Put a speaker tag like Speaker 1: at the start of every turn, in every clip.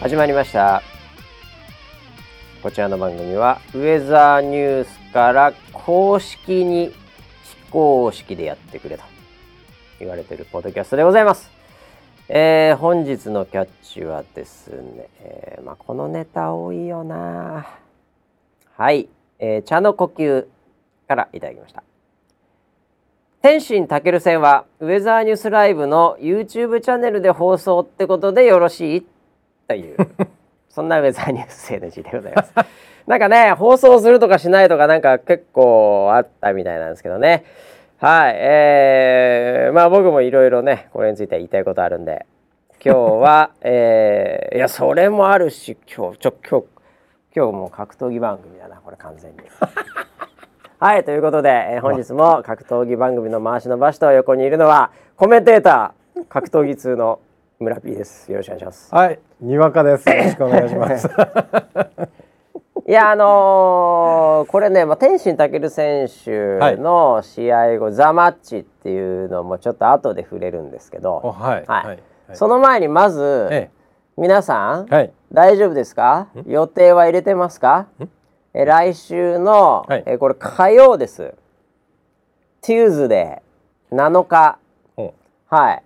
Speaker 1: 始まりましたこちらの番組はウェザーニュースから公式に非公式でやってくれと言われてるポッドキャストでございますえー本日のキャッチはですね、えーまあ、このネタ多いよなはい、えー茶の呼吸からいただきました天心たける戦はウェザーニュースライブの YouTube チャンネルで放送ってことでよろしいというそんなウェザーニュース NG でございます。 なんかね放送するとかしないとかなんか結構あったみたいなんですけどねはいえー、まあ僕もいろいろねこれについては言いたいことあるんで今日は えー、いやそれもあるし今日ちょ今日今日もう格闘技番組だなこれ完全に。 はいということで、えー本日も格闘技番組の回しの場所と横にいるのはコメンテーター格闘技通の村 P ですよろしくお願いします。
Speaker 2: はい、にわかです。よろしくお願いします。
Speaker 1: いやあのーこれね、まあ、天心健選手の試合後、ザ・マッチっていうのもちょっと後で触れるんですけど、
Speaker 2: おはい
Speaker 1: はい
Speaker 2: はいはい
Speaker 1: その前にまず、
Speaker 2: え
Speaker 1: 皆さん、
Speaker 2: え、はい、
Speaker 1: 大丈夫ですか予定は入れてますかえ来週の、
Speaker 2: はい
Speaker 1: えこれ火曜ですテューズデー7日
Speaker 2: お、
Speaker 1: はい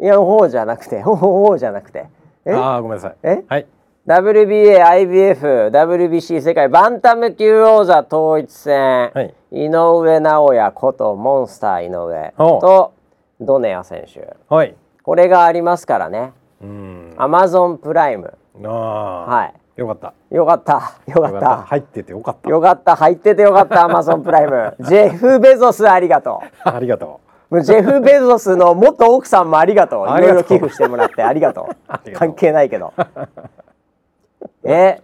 Speaker 1: いや「ほう」じゃなくて「ほうほうほう」じゃなくてえ
Speaker 2: ああごめんなさい。
Speaker 1: え
Speaker 2: はい、
Speaker 1: WBA、IBF、WBC 世界バンタム級王座統一戦、
Speaker 2: はい
Speaker 1: 井上尚弥ことモンスター井上
Speaker 2: おう
Speaker 1: とドネア選手
Speaker 2: はい、
Speaker 1: これがありますからね
Speaker 2: うーん、あ
Speaker 1: Amazon プライム
Speaker 2: あ、、
Speaker 1: はい
Speaker 2: よかった、
Speaker 1: よかったよかった
Speaker 2: 入っててよかっ
Speaker 1: よかった入っててよかった Amazon プライムジェフ・ベゾスありがと
Speaker 2: た。あ りがと
Speaker 1: うもうジェフ・ベゾスの元奥さんもありがとうい
Speaker 2: あり
Speaker 1: ろい
Speaker 2: がと
Speaker 1: ろ
Speaker 2: う
Speaker 1: 寄付してもらってありがと
Speaker 2: あり
Speaker 1: う
Speaker 2: がとう
Speaker 1: 関係ないけど え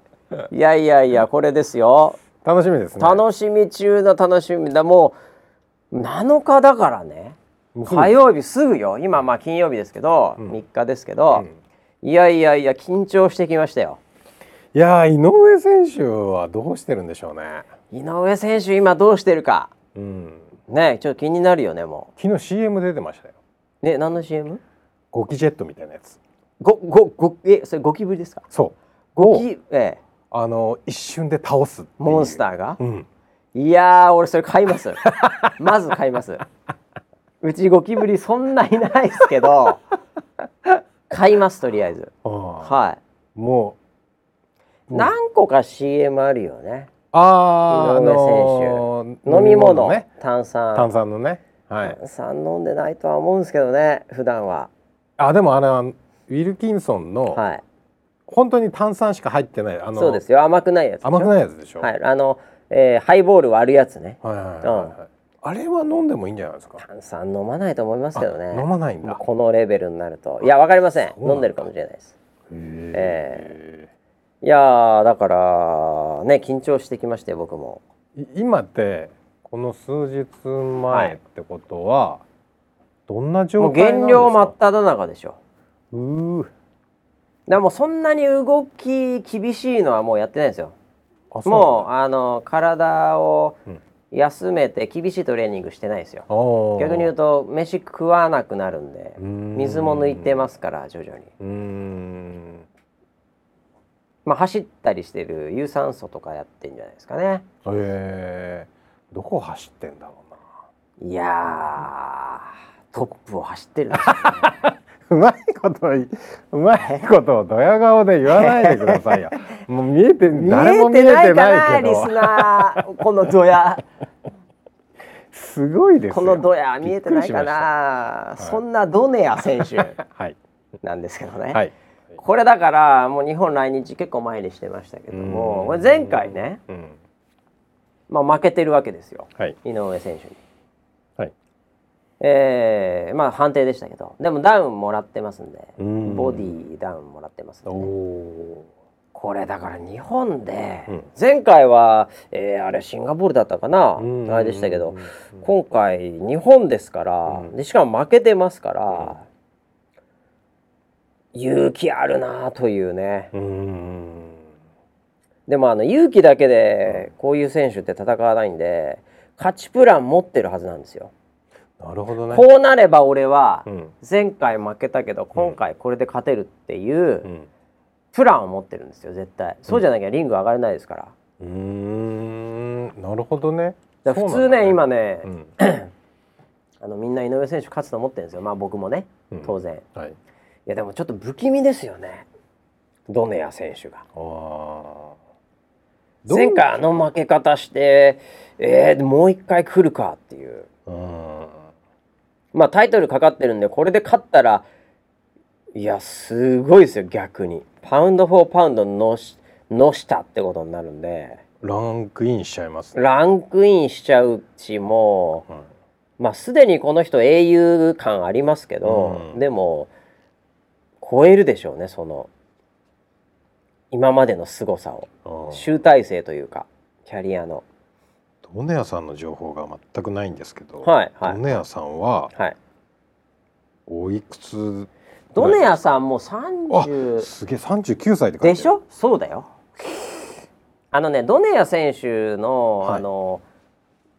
Speaker 1: いやいやいやこれですよ
Speaker 2: う。楽しみですね。
Speaker 1: 楽しみ中の楽しみだもう7日だからね
Speaker 2: もうすぐ
Speaker 1: 火曜日すぐよ今まあ金曜日ですけど、3日ですけど、いやいやいや緊張してきましたよ
Speaker 2: いやー、井上選手はどうしてるんでしょうね。
Speaker 1: 井上選手今どうしてるか
Speaker 2: うん、
Speaker 1: ねちょっと気になるよねも
Speaker 2: 昨日 CM 出てましたよ。
Speaker 1: うね何の CM?
Speaker 2: ゴキジェットみたいなやつ。
Speaker 1: ごごごえそれゴキブリですか
Speaker 2: そう。
Speaker 1: ゴ
Speaker 2: を
Speaker 1: キええ
Speaker 2: あの一瞬で倒すっていう
Speaker 1: モンスターが、
Speaker 2: うん。
Speaker 1: いやー俺それ買います まず買いますうちゴキブリそんないないですけ ど買いますとりあえず
Speaker 2: ああ、
Speaker 1: はい
Speaker 2: もうん
Speaker 1: 何個か CM あるよね
Speaker 2: う、ああ、
Speaker 1: 井上選手
Speaker 2: 手
Speaker 1: 飲み物
Speaker 2: ね、
Speaker 1: 炭酸
Speaker 2: 炭酸のね、はい。
Speaker 1: 炭酸飲んでないとは思うんですけどね普段は
Speaker 2: あでもあれはウィルキンソンの、
Speaker 1: はい
Speaker 2: 本当に炭酸しか入ってないあの
Speaker 1: そうですよ甘くないやつでしょ
Speaker 2: 甘くないやつでしょ、
Speaker 1: はいあの、えーハイボール割るやつね
Speaker 2: はいはいはいはいあれは飲んでもいいんじゃないですか
Speaker 1: 炭酸飲まないと思いますけどね
Speaker 2: あ飲まないん
Speaker 1: もう
Speaker 2: だ
Speaker 1: このレベルになるといやわかりません
Speaker 2: そうなんだ
Speaker 1: 飲んでるかもしれないです
Speaker 2: へ
Speaker 1: いやーだからね緊張してきまして僕も
Speaker 2: ーい今ってこの数日前ってことは、どんな
Speaker 1: も
Speaker 2: 状
Speaker 1: う
Speaker 2: 態なんですか
Speaker 1: 減量真っ只中でしょ
Speaker 2: うー
Speaker 1: でもうそんなに動き厳しいのはもうやってないんですよ
Speaker 2: あそう
Speaker 1: もうあの体を
Speaker 2: うん
Speaker 1: 休めて厳しいトレーニングしてないですよ、
Speaker 2: う
Speaker 1: 逆に言う
Speaker 2: う
Speaker 1: と飯食わなくなるんで
Speaker 2: ーん
Speaker 1: 水も抜いてますから徐々に、
Speaker 2: うーん
Speaker 1: まあ、走ったりしてる有酸素とかやってんじゃないですかね
Speaker 2: えー、どこ走ってんだろうない
Speaker 1: やートップを走ってるんですよね
Speaker 2: うまいことい、うまいことをドヤ顔で言わないでくださ いよ。もう見えて、 誰も見えて
Speaker 1: 見えてないか
Speaker 2: な
Speaker 1: ない
Speaker 2: け
Speaker 1: リス
Speaker 2: ど、
Speaker 1: ナーこのドヤ
Speaker 2: すごいですよ。
Speaker 1: このドヤ見えてないかな
Speaker 2: びっびっくりしました
Speaker 1: そんなドネア選手
Speaker 2: くりしました。はい。
Speaker 1: なんですけどね、
Speaker 2: はい。
Speaker 1: これだからもう日本来日結構前にしてましたけどもこれ前回ね、
Speaker 2: うん。
Speaker 1: まあ、負けてるわけですよ
Speaker 2: はい。
Speaker 1: 井上選手に。
Speaker 2: はい。
Speaker 1: えーまあ判定でしたけどでもダウンもらってますんで
Speaker 2: うん
Speaker 1: ボディダウンもらってますんで
Speaker 2: お
Speaker 1: ね、
Speaker 2: お
Speaker 1: これだから日本で、
Speaker 2: うん
Speaker 1: 前回は、えーあれシンガポールだったかな、
Speaker 2: ー。
Speaker 1: あれでしたけど、
Speaker 2: うん
Speaker 1: 今回日本ですから、
Speaker 2: うん
Speaker 1: でしかも負けてますから、勇気あるなあというね
Speaker 2: うーん。
Speaker 1: でもあの勇気だけでこういう選手って戦わないんで勝ちプラン持ってるはずなんですよ。
Speaker 2: なるほどね。
Speaker 1: こうなれば俺は
Speaker 2: うん。。
Speaker 1: 前回負けたけど今回これで勝てるっていううんプランを持ってるんですよ絶対そうじゃなきゃリング上がれないですから,、
Speaker 2: うーんなるほどね
Speaker 1: だから普通ね今
Speaker 2: ね、
Speaker 1: ね、
Speaker 2: うん
Speaker 1: あのみんな井上選手勝つと思ってるんですよまあ僕もね
Speaker 2: うん
Speaker 1: 当然、い
Speaker 2: はい、
Speaker 1: やでもちょっと不気味ですよねドネア選手が
Speaker 2: あーどう
Speaker 1: 前回あの負け方してえー、もう一回来るかっていう
Speaker 2: うん
Speaker 1: まあタイトルかかってるんでこれで勝ったらいやすごいですよ逆にパウンド・フォー・パウンドのしのしたってことになるんで
Speaker 2: ランクインしちゃいますね、
Speaker 1: ランクインしちゃうしも
Speaker 2: うん
Speaker 1: うまあすでにこの人英雄感ありますけど、
Speaker 2: うん
Speaker 1: でも超えるでしょうねその今までの凄さを
Speaker 2: あー
Speaker 1: 集大成というかキャリアの
Speaker 2: ドネアさんの情報が全くないんですけど、
Speaker 1: はいはい
Speaker 2: ドネアさんは
Speaker 1: はい
Speaker 2: おいくつ
Speaker 1: ドネ
Speaker 2: ア
Speaker 1: アさんも
Speaker 2: あ
Speaker 1: 30
Speaker 2: すげえ三十九歳って書いてあ
Speaker 1: で
Speaker 2: る
Speaker 1: しょそうだよあのねドネア選手の、
Speaker 2: は
Speaker 1: あ
Speaker 2: い
Speaker 1: の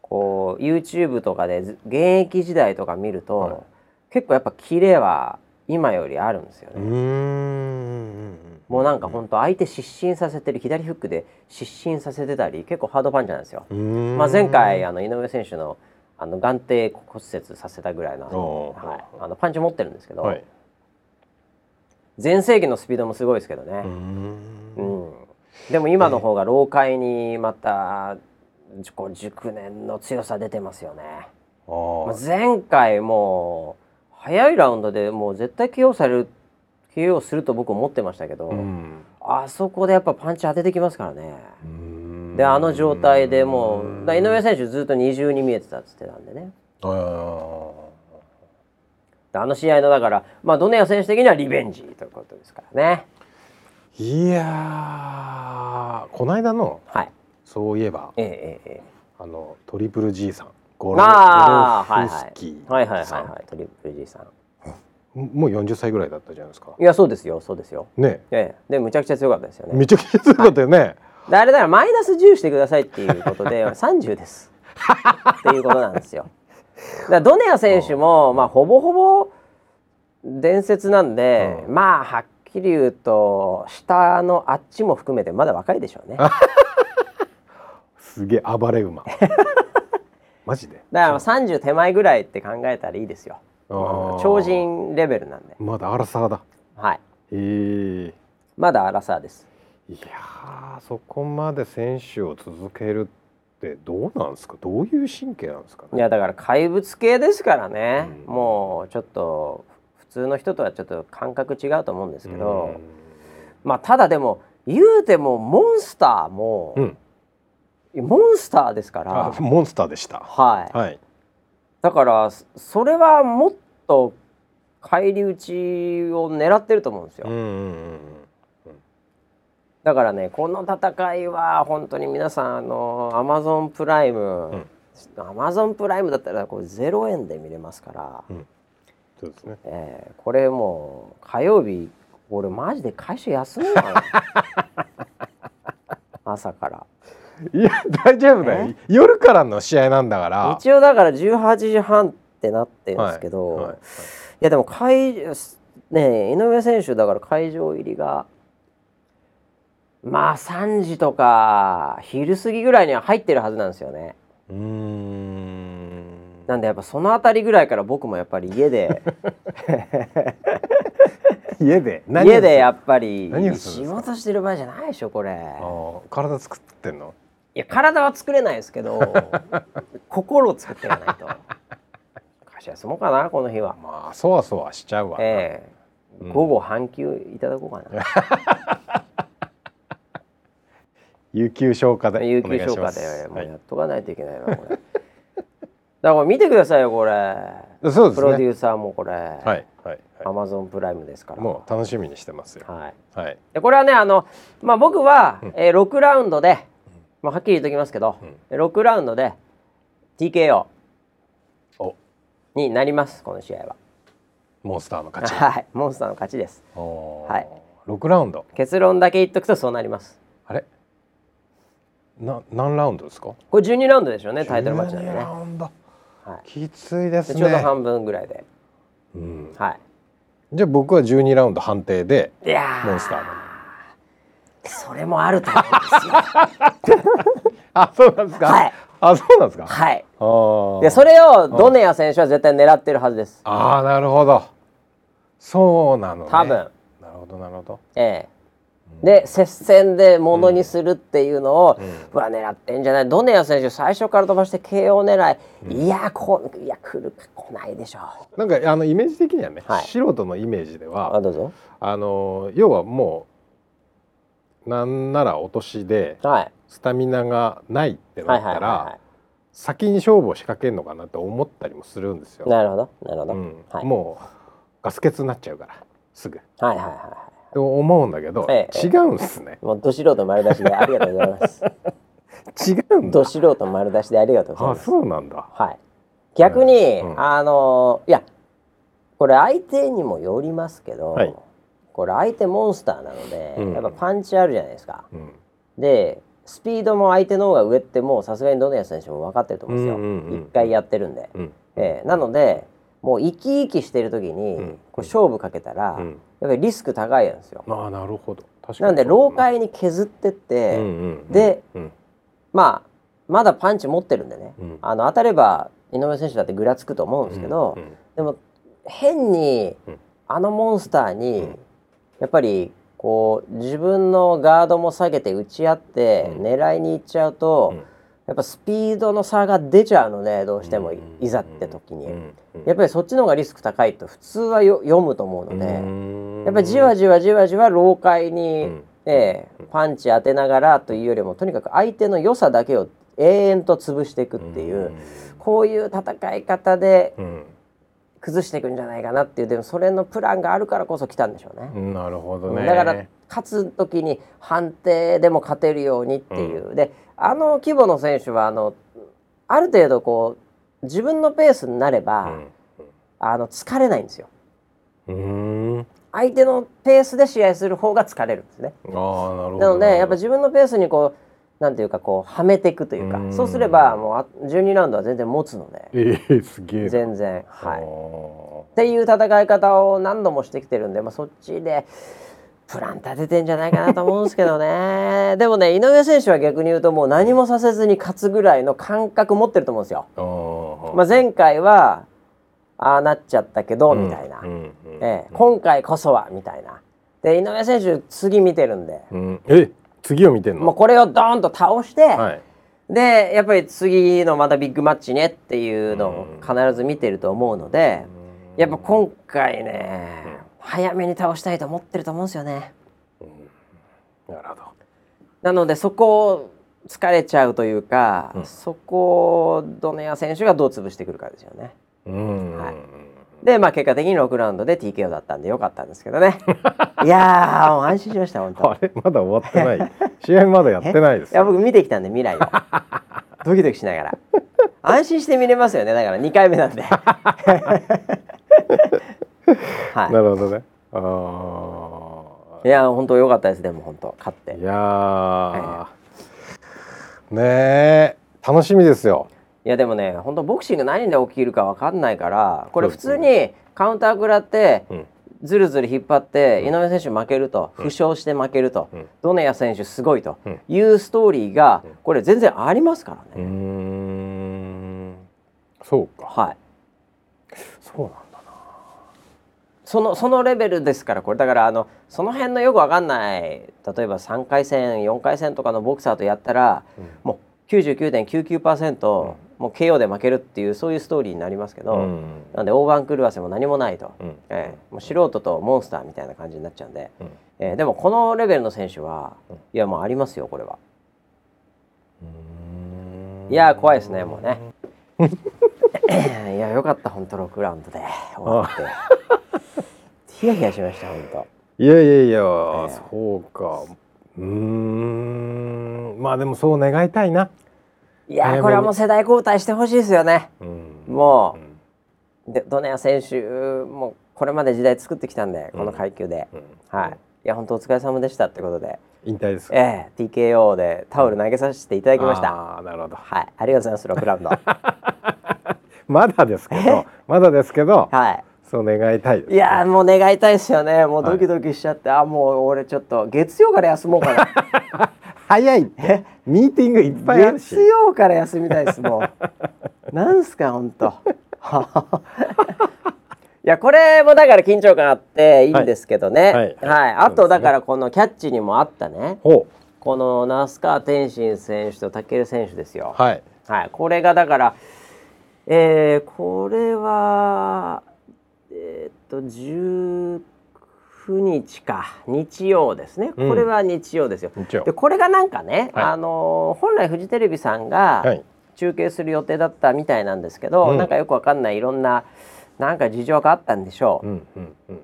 Speaker 1: こう YouTube とかでず現役時代とか見ると、
Speaker 2: はい
Speaker 1: 結構やっぱキレは今よりあるんですよ
Speaker 2: う
Speaker 1: ね、
Speaker 2: ーん
Speaker 1: もうなんかほんと相手失神させてる左フックで失神させてたり結構ハードパンチなんですよ、
Speaker 2: うーん
Speaker 1: まあ、前回あの井上選手のあの眼底骨折させたぐらいのあの,、
Speaker 2: あー
Speaker 1: はい、あのパンチ持ってるんですけど、
Speaker 2: はい
Speaker 1: 全盛期のスピードもすごいですけどね、
Speaker 2: うーん
Speaker 1: うん、でも今の方が老快にまたじこう熟年の強さ出てますよね、ま
Speaker 2: あ
Speaker 1: あ
Speaker 2: ー
Speaker 1: 前回もう早いラウンドでもう絶対 KO される KO すると僕思ってましたけど、
Speaker 2: うん
Speaker 1: あそこでやっぱパンチ当ててきますからね、
Speaker 2: うーん
Speaker 1: であの状態でもうだから井上選手ずっと二重に見えてたっつってたんでね
Speaker 2: あー
Speaker 1: であの試合のだから、まあ、ドネア選手的にはリベンジということですからね
Speaker 2: いやーこの間の
Speaker 1: はい
Speaker 2: そういえば
Speaker 1: えええええ
Speaker 2: あのトリプル G さんゴ
Speaker 1: えああ
Speaker 2: ゴ
Speaker 1: は
Speaker 2: ロ
Speaker 1: い
Speaker 2: フス
Speaker 1: は
Speaker 2: キ
Speaker 1: い
Speaker 2: ー
Speaker 1: はいはい
Speaker 2: さ
Speaker 1: はい
Speaker 2: ん
Speaker 1: はいトリプル G さん
Speaker 2: もう40歳ぐらいだったじゃないですか
Speaker 1: いやそうですよそうですよ。
Speaker 2: ね
Speaker 1: ええ、でむちゃくちゃ強かったですよね。
Speaker 2: めちゃくちゃ強かったよね、
Speaker 1: であれだからマイナス10してくださいっていうことで 30です。っていうことなんですよ。だからドネア選手も、まあ、ほぼほぼ伝説なんで、
Speaker 2: うん
Speaker 1: まあはっきり言うと下のあっちも含めてまだ若いでしょうね。だか
Speaker 2: すげえ暴れ 馬マジで
Speaker 1: らまあ30手前ぐらいって考えたらいいですよ。
Speaker 2: あー
Speaker 1: 超人レベルなんで。
Speaker 2: まだアラサーだ
Speaker 1: はい。
Speaker 2: えー
Speaker 1: まだアラサーです。
Speaker 2: いやーそこまで選手を続けるってどうなんですかどういう神経なんですか
Speaker 1: い
Speaker 2: ね
Speaker 1: やだから怪物系ですからね、
Speaker 2: うん
Speaker 1: もうちょっと普通の人とはちょっと感覚違うと思うんですけど、まあただでも言うてもモンスターも
Speaker 2: う、ん、
Speaker 1: モンスターですから
Speaker 2: あモンスターでした
Speaker 1: はい、
Speaker 2: はい
Speaker 1: だからそそれはもっと返り討ちを狙ってると思うんですよ、
Speaker 2: うんうんうん
Speaker 1: だからねこの戦いは本当に皆さんあのアマゾンプライム
Speaker 2: ん
Speaker 1: アマゾンプライムだったらこれ0円で見れますから。
Speaker 2: そうですね
Speaker 1: えーこれもう火曜日俺マジで会社休むわ朝から
Speaker 2: いや大丈夫だよ夜からの試合なんだから
Speaker 1: 一応だから18時半ってなってるんですけど、
Speaker 2: はい
Speaker 1: い
Speaker 2: はい
Speaker 1: やでも会ねえ井上選手だから会場入りがまあ3時とか昼過ぎぐらいには入ってるはずなんですよね
Speaker 2: うーん
Speaker 1: なんでやっぱその辺りぐらいから僕もやっぱり家で
Speaker 2: 家で 何を
Speaker 1: 家
Speaker 2: する
Speaker 1: でやっぱり
Speaker 2: 何をす
Speaker 1: 仕
Speaker 2: るんですか
Speaker 1: 事してる場合じゃないでしょこれ
Speaker 2: あ。ー体作ってんの
Speaker 1: いや体は作れないですけ ど心を作っていかないと会社休もうかなこの日は、
Speaker 2: まあそわそわしちゃうわな、
Speaker 1: ええ
Speaker 2: うん
Speaker 1: 午後半休いただこ うか
Speaker 2: 有給消化
Speaker 1: な
Speaker 2: で
Speaker 1: 有給消
Speaker 2: お願
Speaker 1: 化
Speaker 2: いします
Speaker 1: でもう
Speaker 2: はい
Speaker 1: やっとかないといけないなこれだからこれ見てくださいよこれ、
Speaker 2: そうで
Speaker 1: プロ
Speaker 2: す
Speaker 1: デ
Speaker 2: ね
Speaker 1: ューサーもこれ、
Speaker 2: はいはい、
Speaker 1: ア
Speaker 2: は
Speaker 1: マゾンプライムですか
Speaker 2: い、
Speaker 1: ら
Speaker 2: もう楽しみにしてますよ
Speaker 1: はい
Speaker 2: はい
Speaker 1: でこれはねあの、まあ、僕は、えー6ラウンドで、まあ、はっきり言っときますけど、6ラウンドで TKO
Speaker 2: お
Speaker 1: になりますこの試合は
Speaker 2: モンスターの勝ち
Speaker 1: はいモンスターの勝ちですは
Speaker 2: はい6ラウンド
Speaker 1: 結論だけ言っとくとそうなります
Speaker 2: あれな何ラウンドですか
Speaker 1: これ12ラウンドでしょうねタイトルマッチなんで
Speaker 2: 12
Speaker 1: ね
Speaker 2: ラウンド
Speaker 1: は
Speaker 2: きついです
Speaker 1: で
Speaker 2: ね
Speaker 1: ちょうど半分ぐらいで、
Speaker 2: うん
Speaker 1: は
Speaker 2: じゃあ僕は12ラウンド判定で
Speaker 1: いいや
Speaker 2: モンスター
Speaker 1: ーそれもあると思うんですよ
Speaker 2: あそうなんですか、
Speaker 1: はい
Speaker 2: あそうなんですか、あ
Speaker 1: はい
Speaker 2: あ
Speaker 1: でそれをドネア選手は絶対狙ってるはずです
Speaker 2: ああなるほどそうなの、ね、
Speaker 1: 多分
Speaker 2: なるほどなるほど
Speaker 1: ええで接戦でものにするっていうのを、うわ狙ってんじゃないドネア選手最初から飛ばして KO 狙い、いやこいや来るか来ないでしょう
Speaker 2: なんかあのイメージ的にはね、
Speaker 1: はい
Speaker 2: 素人のイメージで
Speaker 1: あ
Speaker 2: は
Speaker 1: どうぞ
Speaker 2: あの要はもうなんならお年で
Speaker 1: はい
Speaker 2: スタミナがないって
Speaker 1: は
Speaker 2: ないっ
Speaker 1: はい
Speaker 2: た
Speaker 1: は
Speaker 2: ら先に勝負を仕掛けるのかなって思ったりもするんですよ
Speaker 1: い。なるほどなるほど、
Speaker 2: うん
Speaker 1: はい
Speaker 2: もうガス欠になっちゃうからすぐ。
Speaker 1: はいはいは
Speaker 2: と思うんだけど、
Speaker 1: ええ
Speaker 2: 違うんですね
Speaker 1: い。もうど素人丸出しでありがとうございます
Speaker 2: 違 うん だ
Speaker 1: ど。素人丸出しでありがとうござい
Speaker 2: あ、
Speaker 1: ます
Speaker 2: そうなんだ。
Speaker 1: はい逆に、
Speaker 2: うん
Speaker 1: あのいやこれ相手にもよりますけど、
Speaker 2: はい
Speaker 1: これ相手モンスターなので、
Speaker 2: うん
Speaker 1: やっぱパンチあるじゃないですか
Speaker 2: うん。
Speaker 1: でスピードも相手の方が上ってもうさすがにどのやつ選手も分かってると思うんですよ、
Speaker 2: うんうんう
Speaker 1: 一
Speaker 2: ん
Speaker 1: 回やってるんで、
Speaker 2: うん。
Speaker 1: えーなのでもう生き生きしてる時に、
Speaker 2: うん
Speaker 1: こう勝負かけたら、
Speaker 2: う
Speaker 1: やっ
Speaker 2: ん。
Speaker 1: ぱりリスク高いんですよ、
Speaker 2: ああ、なるほど。確かに。
Speaker 1: なので老解に削ってって、
Speaker 2: うんうんうん
Speaker 1: で、
Speaker 2: うん
Speaker 1: まあまだパンチ持ってるんでね、
Speaker 2: うん
Speaker 1: あの当たれば井上選手だってぐらつくと思うんですけど、
Speaker 2: うんうん
Speaker 1: でも変に
Speaker 2: うん
Speaker 1: あのモンスターに、
Speaker 2: うん
Speaker 1: やっぱりこう自分のガードも下げて打ち合って
Speaker 2: うん
Speaker 1: 狙いに行っちゃうと、
Speaker 2: うん
Speaker 1: やっぱスピードの差が出ちゃうのでどうしてもい,、
Speaker 2: うん
Speaker 1: ざって時に、
Speaker 2: うんうん
Speaker 1: やっぱりそっちの方がリスク高いと普通はよ読むと思うので、
Speaker 2: うん
Speaker 1: やっぱりじわじわじわじわ老快に、
Speaker 2: うん
Speaker 1: ええパンチ当てながらというよりもとにかく相手の良さだけを永遠と潰していくっていう、こういう戦い方で
Speaker 2: うん
Speaker 1: 崩していくんじゃないかなっていうでもそれのプランがあるからこそ来たんでしょうね。
Speaker 2: うんなるほどね。
Speaker 1: だから勝つ時に判定でも勝てるようにっていう、であの規模の選手はあのある程度こう自分のペースになれば、あの疲れないんですよ。
Speaker 2: うん。うん。
Speaker 1: 相手のペースで試合する方が疲れるんですね。
Speaker 2: ああ、なるほど。
Speaker 1: なのでやっぱ自分のペースにこうなんていうかこうはめていくというか
Speaker 2: うん
Speaker 1: そうすればもうあ12ラウンドは全然持つので
Speaker 2: ええ、すげえ。
Speaker 1: 全然はい。
Speaker 2: は
Speaker 1: っていう戦い方を何度もしてきてるんで、まあ、そっちでプラン立ててんじゃないかなと思うんですけど ねでもね井上選手は逆に言うともう何もさせずに勝つぐらいの感覚持ってると思うんですよ。
Speaker 2: い。ああ。
Speaker 1: まあ、前回はああなっちゃったけどみたいな、
Speaker 2: うんうんうん
Speaker 1: ええ今回こそはみたいな。で井上選手次見てるんで、
Speaker 2: うんえ次を見てんの
Speaker 1: もうこれをドーンと倒して、
Speaker 2: はい
Speaker 1: でやっぱり次のまたビッグマッチねっていうのを必ず見てると思うので、やっぱ今回ね、早めに倒したいと思ってると思うんですよね。
Speaker 2: なるほど
Speaker 1: なのでそこを疲れちゃうというか、
Speaker 2: うん
Speaker 1: そこをドネア選手がどう潰してくるかですよね。
Speaker 2: うん、
Speaker 1: はいで、まあ、結果的に6ラウンドで TKO だったんでよかったんですけど ね。いやーもう安心しました本当。
Speaker 2: あれまだ終わってない試合まだやってないで
Speaker 1: い
Speaker 2: す
Speaker 1: や僕見てきたんで未 来をドキドキしながら安心して見れますよねだから2回目 なんではい
Speaker 2: なるほどね
Speaker 1: い
Speaker 2: あ
Speaker 1: や本当良かったですでも本当勝って
Speaker 2: ーいやーねえ楽しみですよ
Speaker 1: いやでもね本当ボクシング何で起きるか分かんないからこれ
Speaker 2: そう
Speaker 1: 普
Speaker 2: ですね
Speaker 1: 通にカウンター食らって
Speaker 2: うん
Speaker 1: ずるずる引っ張って井上選手負けると負傷して負けると
Speaker 2: うん
Speaker 1: ドネア選手すごいと
Speaker 2: うん
Speaker 1: いうストーリーがこれ全然ありますから
Speaker 2: うー
Speaker 1: ね。
Speaker 2: んそうか
Speaker 1: はい
Speaker 2: そうなんだ
Speaker 1: そのそのレベルですからこれだからあのその辺のよくわかんない例えば3回戦4回戦とかのボクサーとやったら、
Speaker 2: うん
Speaker 1: もう99.99%、もう KO で負けるっていうそういうストーリーになりますけど、
Speaker 2: うん
Speaker 1: なんで大盤狂わせも何もないと、
Speaker 2: うん
Speaker 1: ええもう素人とモンスターみたいな感じになっちゃうんで、
Speaker 2: うん
Speaker 1: ええでもこのレベルの選手は、
Speaker 2: うん
Speaker 1: いやもうありますよこれは。
Speaker 2: うーん
Speaker 1: いやー怖いですねもうね。 いやよかった本当6ラウンドで終わって。ヒヤヒヤしました本当。
Speaker 2: いやいやい
Speaker 1: え
Speaker 2: や、そうか。うーん、まあでもそう願いたいな。
Speaker 1: い
Speaker 2: えー
Speaker 1: や
Speaker 2: も
Speaker 1: ー
Speaker 2: う
Speaker 1: これはもう世代交代してほしいですよね。
Speaker 2: うん
Speaker 1: も
Speaker 2: うん
Speaker 1: う、でドネア選手もこれまで時代作ってきたんでこの階級で、
Speaker 2: うん
Speaker 1: はい。いや本当お疲れ様でしたってことで、
Speaker 2: 引退です。い
Speaker 1: ええ TKO でタオル投げさせていただきました。
Speaker 2: ああ、なるほど。
Speaker 1: はい、ありがとうございます、6ラウンド。
Speaker 2: まだですけど、まだですけど、
Speaker 1: はい。
Speaker 2: そう願いたいです
Speaker 1: いやーもう願いたいですよねもうドキドキしちゃって、あもう俺ちょっと月曜から休もうかな
Speaker 2: 早いってミーティングいっぱいあるし
Speaker 1: 月曜から休みたいですも うなんすかほんと いやこれもだから緊張感あっていいんですけどねは
Speaker 2: はいい、
Speaker 1: あとだからこのキャッチにもあったね
Speaker 2: ほう
Speaker 1: この那須川天心選手と武尊選手ですよ
Speaker 2: はい
Speaker 1: はい、これがだから、えーこれは、えーっと19日か日曜ですね
Speaker 2: うん
Speaker 1: これは日曜ですよ。
Speaker 2: 日曜
Speaker 1: でこれがなんかね、
Speaker 2: はい
Speaker 1: あのー本来フジテレビさんが
Speaker 2: はい
Speaker 1: 中継する予定だったみたいなんですけど、
Speaker 2: うん
Speaker 1: なんかよくわかんないいろんななんか事情があったんでしょう、
Speaker 2: うんうんうん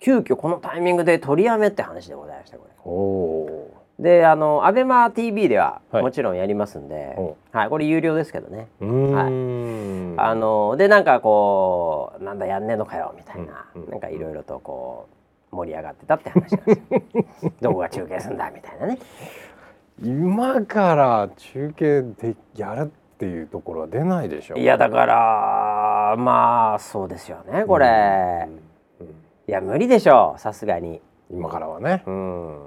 Speaker 1: 急遽このタイミングで取りやめって話でございましたこれ。
Speaker 2: おお
Speaker 1: であの ABEMATV では
Speaker 2: はい
Speaker 1: もちろんやりますんで、
Speaker 2: お
Speaker 1: はい、これ有料ですけどね。
Speaker 2: うーん
Speaker 1: あのでなんかこうなんだやんねえのかよみたいな、
Speaker 2: うんうん
Speaker 1: なんかいろいろとこう盛り上がってたって話なんですよ どこが中継すんだみたいなね
Speaker 2: 今から中継でやるっていうところは出ないでしょ
Speaker 1: いやだからまあそうですよねこれ、
Speaker 2: うんうん
Speaker 1: いや無理でしょうさすがに
Speaker 2: 今からはね
Speaker 1: うん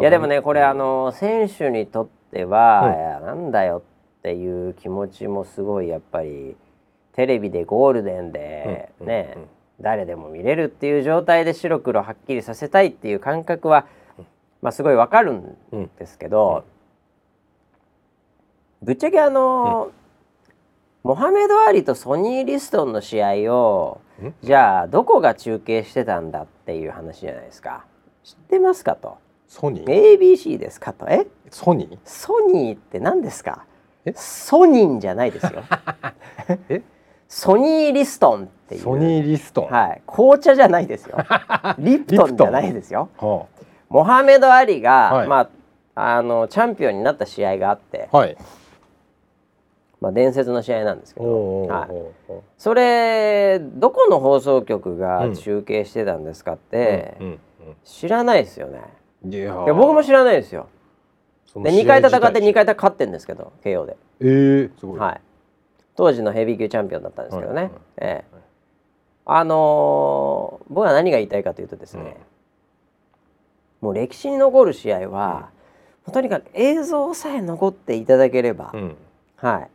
Speaker 1: いやでもねこれあの選手にとっては、
Speaker 2: うん
Speaker 1: いやなんだよっていう気持ちもすごいやっぱりテレビでゴールデンで
Speaker 2: うん
Speaker 1: ね、
Speaker 2: うんうん
Speaker 1: 誰でも見れるっていう状態で白黒はっきりさせたいっていう感覚は、まあ、すごいわかるん
Speaker 2: うん
Speaker 1: ですけど、ぶっちゃけあの、モハメド・アリとソニー・リストンの試合を
Speaker 2: うん
Speaker 1: じゃあどこが中継してたんだっていう話じゃないですか。知ってますかと。
Speaker 2: ソニー
Speaker 1: ABC ですかとえ
Speaker 2: ソニー
Speaker 1: ソニーって何ですか
Speaker 2: え
Speaker 1: ソニンじゃないですよ
Speaker 2: え
Speaker 1: ソニーリストンっていう
Speaker 2: ソニーリストン、
Speaker 1: はい紅茶じゃないです よリプトンじゃないですよ
Speaker 2: は
Speaker 1: モハメド・アリが、
Speaker 2: はい
Speaker 1: まああのチャンピオンになった試合があって
Speaker 2: あ、はい
Speaker 1: まあ伝説の試合なんですけ
Speaker 2: お
Speaker 1: ど、
Speaker 2: うおう
Speaker 1: はい、
Speaker 2: おうおう
Speaker 1: それどこの放送局が中継してたんですかって、
Speaker 2: うん
Speaker 1: 知らないですよね
Speaker 2: うん、いや
Speaker 1: いや僕も知らないですよで2回戦って2
Speaker 2: 回
Speaker 1: 回戦勝ってんですけど KO で
Speaker 2: えー、すごい、
Speaker 1: はい、当時のヘビー級チャンピオンだったんですけどね、
Speaker 2: はいはい
Speaker 1: ええあのー僕は何が言いたいかというとですね、もう歴史に残る試合は、とにかく映像さえ残っていただければ、
Speaker 2: うん
Speaker 1: はい、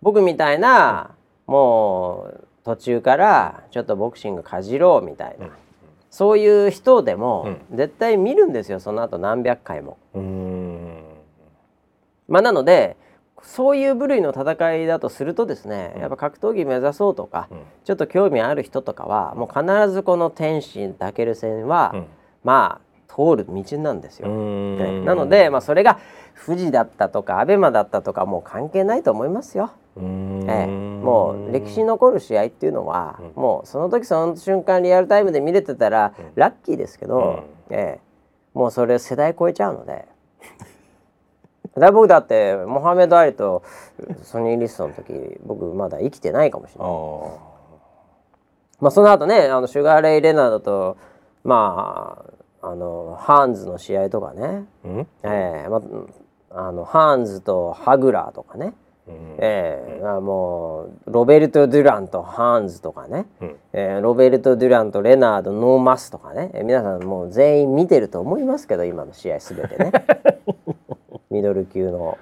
Speaker 1: 僕みたいな、もう途中からちょっとボクシングかじろうみたいな、
Speaker 2: うん
Speaker 1: そういう人でも、
Speaker 2: う
Speaker 1: 絶対見るんですよその後何百回も。
Speaker 2: うーん
Speaker 1: まあ、なのでそういう部類の戦いだとするとですね、やっぱ格闘技目指そうとか、
Speaker 2: うん
Speaker 1: ちょっと興味ある人とかはもう必ずこの天心武尊戦は、
Speaker 2: うん
Speaker 1: まあ通る道なんです
Speaker 2: う
Speaker 1: よ。
Speaker 2: ー
Speaker 1: ね
Speaker 2: ん
Speaker 1: なので、まあ、それが富士だったとかアベマだったとかもう関係ないと思いますよ。
Speaker 2: うーん
Speaker 1: ええ、もう歴史に残る試合っていうのは、
Speaker 2: うん
Speaker 1: もうその時その瞬間リアルタイムで見れてたら、
Speaker 2: うん
Speaker 1: ラッキーですけど、ええ、もうそれ世代超えちゃうので。 だ僕だってモハメド・アリとソニー・リストの時僕まだ生きてないかもしれない
Speaker 2: あー
Speaker 1: まあ、その後ねあのシュガーレイ・レナードとまああのハーンズの試合とかね、
Speaker 2: うんうん
Speaker 1: ええまあ、あのハーンズとハグラーとかね、ええあもうロベルト・デュランとハーンズとかね、
Speaker 2: うん
Speaker 1: ええロベルト・デュランとレナードノーマスとかね、え皆さんもう全員見てると思いますけど今の試合すべて ねミドル級の、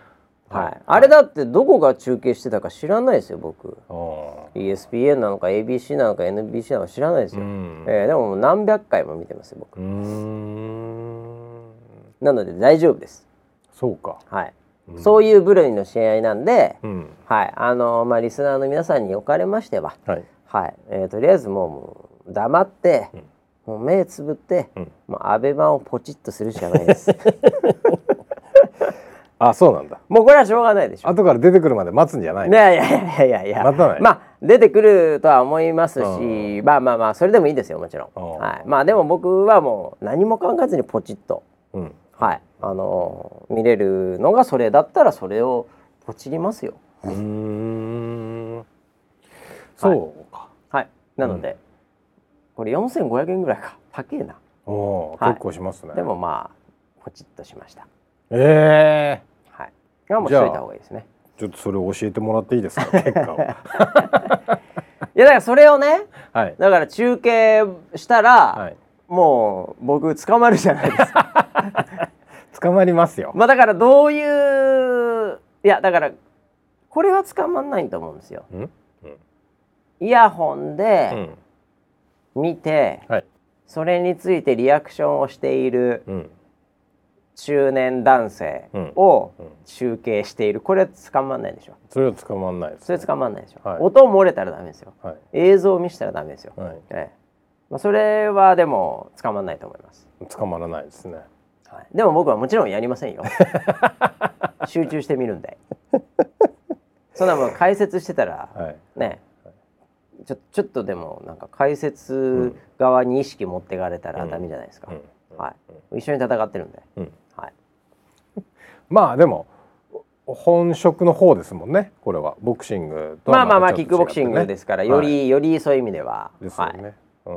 Speaker 1: はい、あれだってどこが中継してたか知らないですよ僕。
Speaker 2: あー
Speaker 1: ESPN なのか ABC なのか NBC なのか知らないですよ、
Speaker 2: うん
Speaker 1: えーでももう何百回も見てますよ僕
Speaker 2: うーん
Speaker 1: なので大丈夫です
Speaker 2: そうか
Speaker 1: はい、そういう部類の試合なんで、
Speaker 2: うん
Speaker 1: はいあのーまあリスナーの皆さんにおかれましては
Speaker 2: はい
Speaker 1: はい、えーとりあえずもうもう黙って、もう目つぶって、
Speaker 2: うん
Speaker 1: もうアベマをポチッとするしかないです
Speaker 2: あそうなんだ
Speaker 1: もうこれはしょうがないでしょ
Speaker 2: 後から出てくるまで待つんじゃない
Speaker 1: ねいやいやいやいや
Speaker 2: 待たない
Speaker 1: まあ出てくるとは思いますし、
Speaker 2: う
Speaker 1: まあまあまあそれでもいいですよもちろん、
Speaker 2: うん
Speaker 1: はい、まあでも僕はもう何も考えずにポチッと
Speaker 2: うん
Speaker 1: はいあのー見れるのがそれだったらそれをポチりますよ
Speaker 2: うーんそうか
Speaker 1: はいなので、これ4500円ぐらいか高えな
Speaker 2: おー
Speaker 1: はい
Speaker 2: 結構しますね
Speaker 1: でもまあポチッとしました
Speaker 2: ええ
Speaker 1: はいがもうしといた方がいいですね
Speaker 2: ちょっとそれを教えてもらっていいですか結果を
Speaker 1: いやだからそれをね
Speaker 2: はい
Speaker 1: だから中継したら、
Speaker 2: はい
Speaker 1: もう僕捕まるじゃない ですか
Speaker 2: 捕まりますよ
Speaker 1: まあだからどういういやだからこれは捕まんないと思うんですよ
Speaker 2: うん
Speaker 1: イヤホン
Speaker 2: う
Speaker 1: で
Speaker 2: ん
Speaker 1: 見て、
Speaker 2: はい
Speaker 1: それについてリアクションをしている
Speaker 2: うん
Speaker 1: 中年男性
Speaker 2: うん
Speaker 1: を
Speaker 2: うん
Speaker 1: 中継しているこれは捕まんないでしょ
Speaker 2: それは捕まんないです
Speaker 1: それ捕まんないでしょ、
Speaker 2: はい
Speaker 1: 音漏れたらダメですよ
Speaker 2: は
Speaker 1: 映像を見せたらダメですよ、
Speaker 2: いはい
Speaker 1: ええまあ、それはでも捕まんないと思います、
Speaker 2: 捕まらないですね
Speaker 1: はい、でも僕はもちろんやりませ んよ集中してみるんでそんなもん解説してたら
Speaker 2: はい
Speaker 1: ねちょちょっとでもなんか解説側に意識持ってかれたらダメじゃないですか、
Speaker 2: うん
Speaker 1: はい、一緒に戦ってるんで、
Speaker 2: うん
Speaker 1: はい、
Speaker 2: まあでも本職の方ですもんねこれはボクシングと
Speaker 1: まあ
Speaker 2: は
Speaker 1: まあまあ
Speaker 2: たち
Speaker 1: キ
Speaker 2: ょ
Speaker 1: ッ
Speaker 2: っと
Speaker 1: クボクシン
Speaker 2: 違って
Speaker 1: グ
Speaker 2: ね
Speaker 1: ですからより、よりそういう意味では、
Speaker 2: です
Speaker 1: は
Speaker 2: よ
Speaker 1: い
Speaker 2: ね、うーん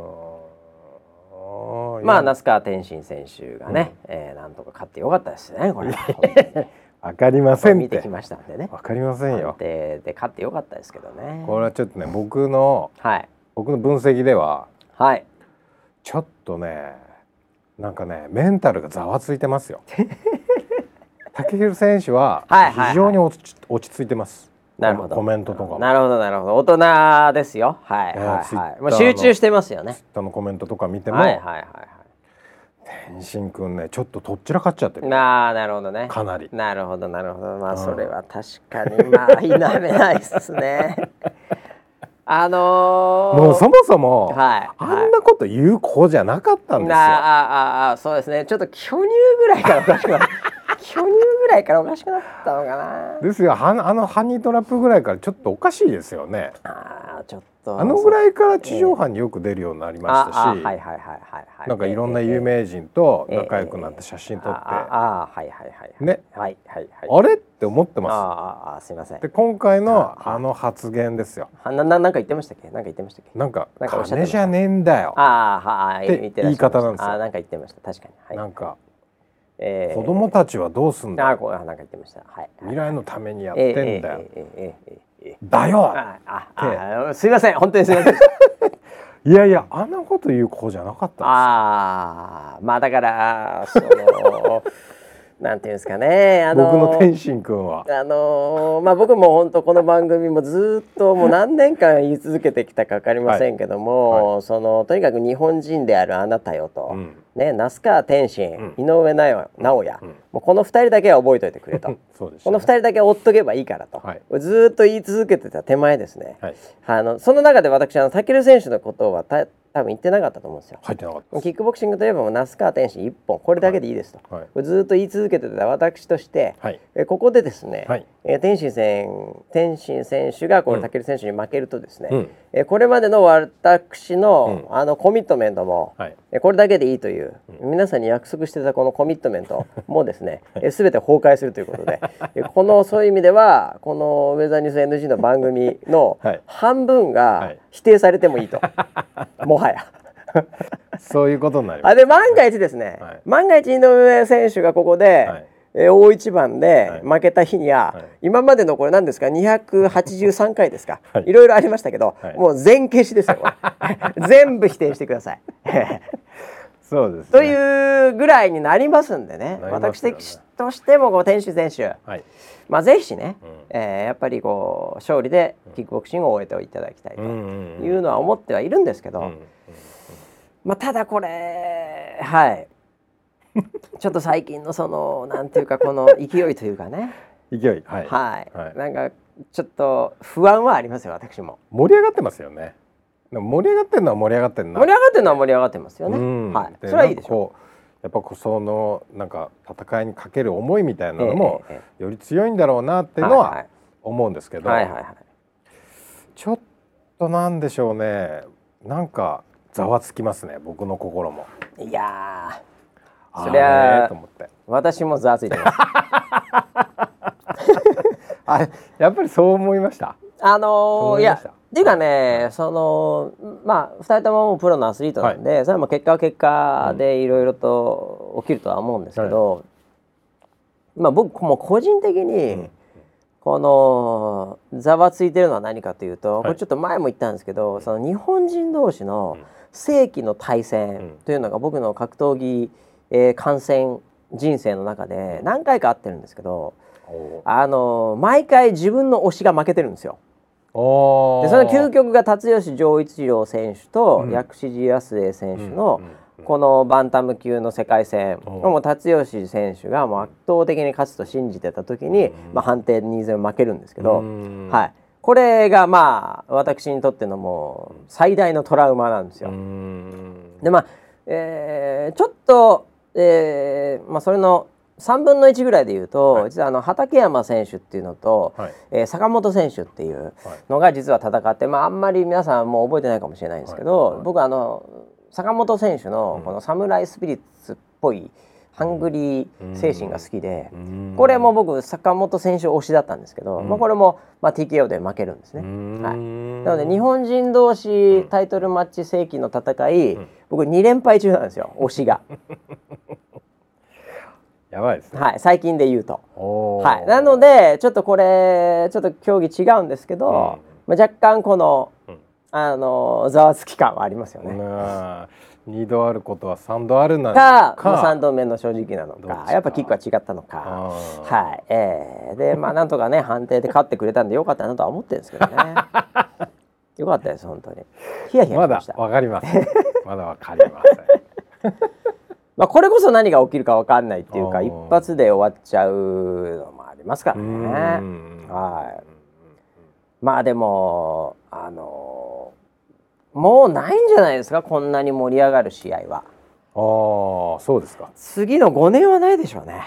Speaker 1: まあ
Speaker 2: いや
Speaker 1: 那須川天心選手がね、えーなんとか勝ってよかったですねこれ本
Speaker 2: わかりま
Speaker 1: 当
Speaker 2: せ
Speaker 1: に
Speaker 2: んっ
Speaker 1: 見てき
Speaker 2: て
Speaker 1: ましたんでね
Speaker 2: わかりませんよ
Speaker 1: でで勝ってよかったですけどね
Speaker 2: これはちょっとね僕の
Speaker 1: はい
Speaker 2: 僕の分析では
Speaker 1: はい
Speaker 2: ちょっとねなんかねメンタルがざわついて ますよ武尊選手は
Speaker 1: はいはいはい
Speaker 2: 非常に落ち,、落ち着いてます
Speaker 1: なるほど
Speaker 2: コメントとかも
Speaker 1: なるほどなるほど大人ですよはい
Speaker 2: えー
Speaker 1: はいはい
Speaker 2: Twitter
Speaker 1: もう集中してますよね
Speaker 2: 人のコメントとか見ても、
Speaker 1: はいはいはいは
Speaker 2: 天心くんねちょっととっちらかっちゃって
Speaker 1: い
Speaker 2: る
Speaker 1: なあなるほどね
Speaker 2: かなり
Speaker 1: なるほどなるほどまあ
Speaker 2: うん
Speaker 1: それは確かにまあ否めないです ねあのー、
Speaker 2: もうそもそも、
Speaker 1: はい
Speaker 2: あんなこと言う子じゃなかったんですよ
Speaker 1: なああああそうですねちょっと巨乳ぐらいからおかしく なった巨乳ぐらいからおかしくなったのかな
Speaker 2: ですよはあのハニートラップぐらいからちょっとおかしいですよね
Speaker 1: ああちょっと
Speaker 2: あのぐ
Speaker 1: い
Speaker 2: らいから地上波によく出るようになりま
Speaker 1: あ
Speaker 2: し
Speaker 1: あ
Speaker 2: た
Speaker 1: はい
Speaker 2: し、
Speaker 1: はいはいはいはい
Speaker 2: なんかいろんな
Speaker 1: ええ
Speaker 2: 有名人と
Speaker 1: ええ
Speaker 2: 仲良くなって写真撮って、
Speaker 1: あああはいはいはいはい
Speaker 2: ね
Speaker 1: はいはいはい
Speaker 2: あれって思って
Speaker 1: あ
Speaker 2: ま
Speaker 1: あああすいません
Speaker 2: すで今回の
Speaker 1: ああ
Speaker 2: あの発言ですよ
Speaker 1: あなななんか言ってましたっけなんか言ってましたっけ
Speaker 2: なんか
Speaker 1: なんかおっしゃってま
Speaker 2: 金
Speaker 1: した
Speaker 2: じゃねえんだよ
Speaker 1: ああはあ
Speaker 2: って
Speaker 1: 言ってらっしゃました
Speaker 2: 言い方なんですよ
Speaker 1: あなんか言ってました確かにはい
Speaker 2: なんか
Speaker 1: えー
Speaker 2: 子供たちはどうすんだ
Speaker 1: あ
Speaker 2: よ
Speaker 1: あこうあなんか言ってましたはいはい
Speaker 2: 未来のためにやっ
Speaker 1: え
Speaker 2: て
Speaker 1: え
Speaker 2: んだよ
Speaker 1: ええええええええ
Speaker 2: だよ
Speaker 1: ああああすいません本当にすいません
Speaker 2: いやいやあんなこと言う子じゃなかったんで
Speaker 1: ああまあだからそ のなんていうんですかねあ
Speaker 2: すよ
Speaker 1: の
Speaker 2: 僕の天心くんは
Speaker 1: あのまあ僕も本当この番組もずっともう何年間言い続けてきたか分かりませんけども、
Speaker 2: はい
Speaker 1: そのとにかく日本人であるあなたよと、
Speaker 2: うん
Speaker 1: ね那須川天心、井上尚直哉、
Speaker 2: うん
Speaker 1: もうこの2人だけは覚えておいてくれと
Speaker 2: そうでし
Speaker 1: こ
Speaker 2: た
Speaker 1: の
Speaker 2: ね
Speaker 1: 2人だけ追っとけばいいからと、
Speaker 2: はい
Speaker 1: ずっと言い続けてた手前ですね、
Speaker 2: はい
Speaker 1: あのその中で私あの武尊選手のことはた多分言ってなかったと思うんですよ。
Speaker 2: 入ってなかった
Speaker 1: キックボクシングといえばもう那須川天心1本これだけでいいですと、
Speaker 2: はい
Speaker 1: これずっと言い続けてた私として、
Speaker 2: はい
Speaker 1: えここでですね、
Speaker 2: はい
Speaker 1: えー天心選天心選手がこれ
Speaker 2: うん
Speaker 1: 武尊選手に負けるとですね、
Speaker 2: うん
Speaker 1: えこれまでの私の,、
Speaker 2: う
Speaker 1: あのコミットメントも、
Speaker 2: はい
Speaker 1: えこれだけでいいという、皆さんに約束してたこのコミットメントもです ね、え全て崩壊するということでえこのそういう意味ではこのウェザーニュース NG の番組の
Speaker 2: はい
Speaker 1: 半分
Speaker 2: は
Speaker 1: が
Speaker 2: い
Speaker 1: 否定されてもいい と、もはや。
Speaker 2: そういうことになりま
Speaker 1: あ
Speaker 2: す
Speaker 1: で万が一ですね、
Speaker 2: はい
Speaker 1: 万が一井上選手がここで、
Speaker 2: はい
Speaker 1: えー大一番で
Speaker 2: い
Speaker 1: 負けた日には、
Speaker 2: はい
Speaker 1: 今までのこれ何ですか283回ですか、
Speaker 2: はい
Speaker 1: い、ろいろありましたけど、
Speaker 2: はい
Speaker 1: もう全消しです よこれ全部否定してください。
Speaker 2: そうですね
Speaker 1: というぐらいになりますんでね
Speaker 2: なりま
Speaker 1: 私
Speaker 2: すよね
Speaker 1: としてもこう天守選手、
Speaker 2: はい
Speaker 1: まあ、ぜひね、
Speaker 2: うん
Speaker 1: えーやっぱりこう勝利でキックボクシングを終えていただきたいと
Speaker 2: うんうんうん
Speaker 1: いうのは思ってはいるんですけど。
Speaker 2: うん
Speaker 1: まあ、ただこれはい ちょっと最近のそのなんていうかこの勢いというかね
Speaker 2: 勢いはい
Speaker 1: はい、
Speaker 2: はい
Speaker 1: なんかちょっと不安はありますよ私も
Speaker 2: 盛り上がってますよねでも盛り上がってるのは盛り上がってるな
Speaker 1: 盛り上がってるのは盛り上がってますよね、
Speaker 2: うん
Speaker 1: はい
Speaker 2: で
Speaker 1: それはいいでしょ
Speaker 2: なんかこうやっぱこうそのなんか戦いにかける思いみたいなのも
Speaker 1: えええ
Speaker 2: より強いんだろうなっていうのは思うんですけ
Speaker 1: い
Speaker 2: ど、
Speaker 1: はいはいはい
Speaker 2: ちょっとなんでしょうねなんかざわつきますね僕の心も
Speaker 1: はいいや
Speaker 2: あ
Speaker 1: そりゃあ
Speaker 2: あれと思って
Speaker 1: ー私もざわついてます
Speaker 2: あやっぱりそう思いました
Speaker 1: あ
Speaker 2: そう
Speaker 1: のー
Speaker 2: 思
Speaker 1: い
Speaker 2: い
Speaker 1: や
Speaker 2: ました
Speaker 1: っていうかねそのまあ2人とももうプロのアスリートなんで、それはもう結果は結果でいろいろと起きるとは思うんですけど、まあ僕も個人的に、
Speaker 2: うん
Speaker 1: このざわついてるのは何かというと、
Speaker 2: い
Speaker 1: これちょっと前も言ったんですけどその日本人同士の
Speaker 2: うん
Speaker 1: 世紀の対
Speaker 2: うん
Speaker 1: 戦というのが僕の格闘技、えー観戦人生の中で何回かあってるんですけど
Speaker 2: お
Speaker 1: あの毎回自分の推しが負けてるんですよ。
Speaker 2: お
Speaker 1: でその究極が辰吉丈一郎選手と
Speaker 2: うん
Speaker 1: 薬師寺康江選手の
Speaker 2: うんうんうん
Speaker 1: このバンタム級の世界戦
Speaker 2: おう
Speaker 1: もう辰吉選手がもう圧倒的に勝つと信じてた時に
Speaker 2: うん、
Speaker 1: まあ、判定2-0負けるんですけど、
Speaker 2: うん
Speaker 1: はい、これがまあ私にとってのもう最大のトラウマなんですよ。
Speaker 2: うん
Speaker 1: でまあ、えーちょっと、えーまあ、それの3分の1ぐらいで言うと、
Speaker 2: はい
Speaker 1: 実はあの畠山選手っていうのと、
Speaker 2: はい
Speaker 1: えー坂本選手っていうのが実は戦って、まあ、あんまり皆さんもう覚えてないかもしれないんですけど、
Speaker 2: はいはい
Speaker 1: 僕あの坂本選手の
Speaker 2: うん
Speaker 1: このサムライスピリッツっぽいハングリー精神が好きで、
Speaker 2: うん
Speaker 1: これも僕坂本選手推しだったんですけど、
Speaker 2: うん
Speaker 1: まあ、これも、まあ、TKO で負けるんですね。
Speaker 2: うん
Speaker 1: はいなので日本人同士タイトルマッチ世紀の戦い、
Speaker 2: うん
Speaker 1: 僕2連敗中なんですよ推し が、
Speaker 2: やばいですね。
Speaker 1: はい、最近で言うと、
Speaker 2: おー
Speaker 1: はい、なのでちょっとこれちょっと競技違うんですけど、まあ、若干この
Speaker 2: うん
Speaker 1: あのざわつき感はありますよね。
Speaker 2: ね二度あることは三度あるなんて
Speaker 1: かもう3度目の正直なの
Speaker 2: どっち
Speaker 1: か
Speaker 2: か
Speaker 1: やっぱキックは違ったのか。
Speaker 2: は
Speaker 1: はいえー、でまあなんとかね判定で勝ってくれたんでよかったなとは思ってるんですけど ねよかったです本当にヒヤヒヤ
Speaker 2: ま
Speaker 1: しま
Speaker 2: だ
Speaker 1: した
Speaker 2: わかりません。まだわかりません。
Speaker 1: まあ、これこそ何が起きるか分かんないっていう
Speaker 2: あ
Speaker 1: か
Speaker 2: ー
Speaker 1: 一発で終わっちゃうのもあります から
Speaker 2: う
Speaker 1: ね。
Speaker 2: ん
Speaker 1: はいまあでもあのーもうないんじゃないですかこんなに盛り上がる試合は。
Speaker 2: ああ、そうですか。
Speaker 1: 次の5年はないでしょうね。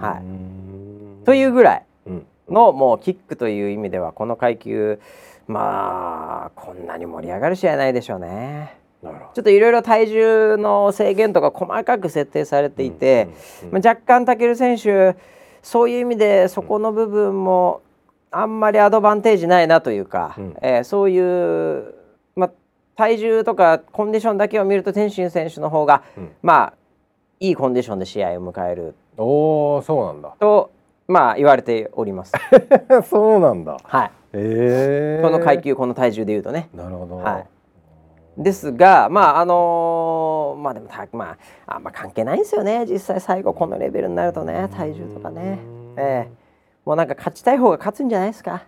Speaker 1: はい
Speaker 2: い
Speaker 1: というぐらい
Speaker 2: うん。
Speaker 1: のもうキックという意味ではこの階級まあこんなに盛り上がる試合ないでしょうね。
Speaker 2: なるほ
Speaker 1: ちょっといろいろ体重の制限とか細かく設定されていて。
Speaker 2: ど。
Speaker 1: まあ、若干武尊選手そういう意味でそこの部分もあんまりアドバンテージないなというか、
Speaker 2: うん
Speaker 1: えーそういう、まあ、体重とかコンディションだけを見ると天心選手の方が、
Speaker 2: うん
Speaker 1: まあいいコンディションで試合を迎える
Speaker 2: おお、そうな んだ。
Speaker 1: と、まあ、言われており ます。
Speaker 2: そうなんだ。
Speaker 1: はい、
Speaker 2: ええ。
Speaker 1: この階。級この体重でいうとね。
Speaker 2: なるほど。
Speaker 1: はいですがまああのーまあでもたまああんま関係ないんですよね実際最後このレベルになるとね体重とかね
Speaker 2: うん
Speaker 1: ええもうなんか勝ちたい方が勝つんじゃないですか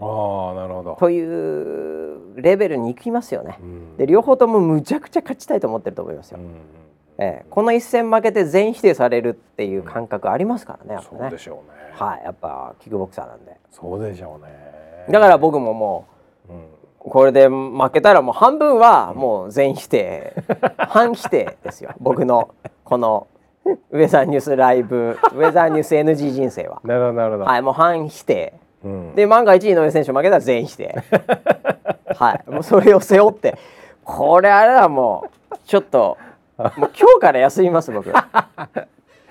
Speaker 2: ああ、なるほど。
Speaker 1: というレベルに行きますよね
Speaker 2: うん
Speaker 1: で両方ともむちゃくちゃ勝ちたいと思ってると思いますよ、
Speaker 2: うん
Speaker 1: ええこの一戦負けて全否定されるっていう感覚ありますからねやっ
Speaker 2: そ
Speaker 1: ぱ
Speaker 2: うで
Speaker 1: ね
Speaker 2: しょうね。
Speaker 1: はいやっぱキックボクサーなんで
Speaker 2: そうでしょうね。
Speaker 1: だから僕ももう
Speaker 2: うん、
Speaker 1: これで負けたらもう半分はもう全否定半否定です よ僕のこのウェザーニュースライブウェザーニュース NG 人生 は
Speaker 2: なるほどなるほど。
Speaker 1: はいもう半否定
Speaker 2: うん、
Speaker 1: で万が一井上選手負けたら全員否定 はいもうそれを背負ってこれあれだもうちょっともう今日から休みます 僕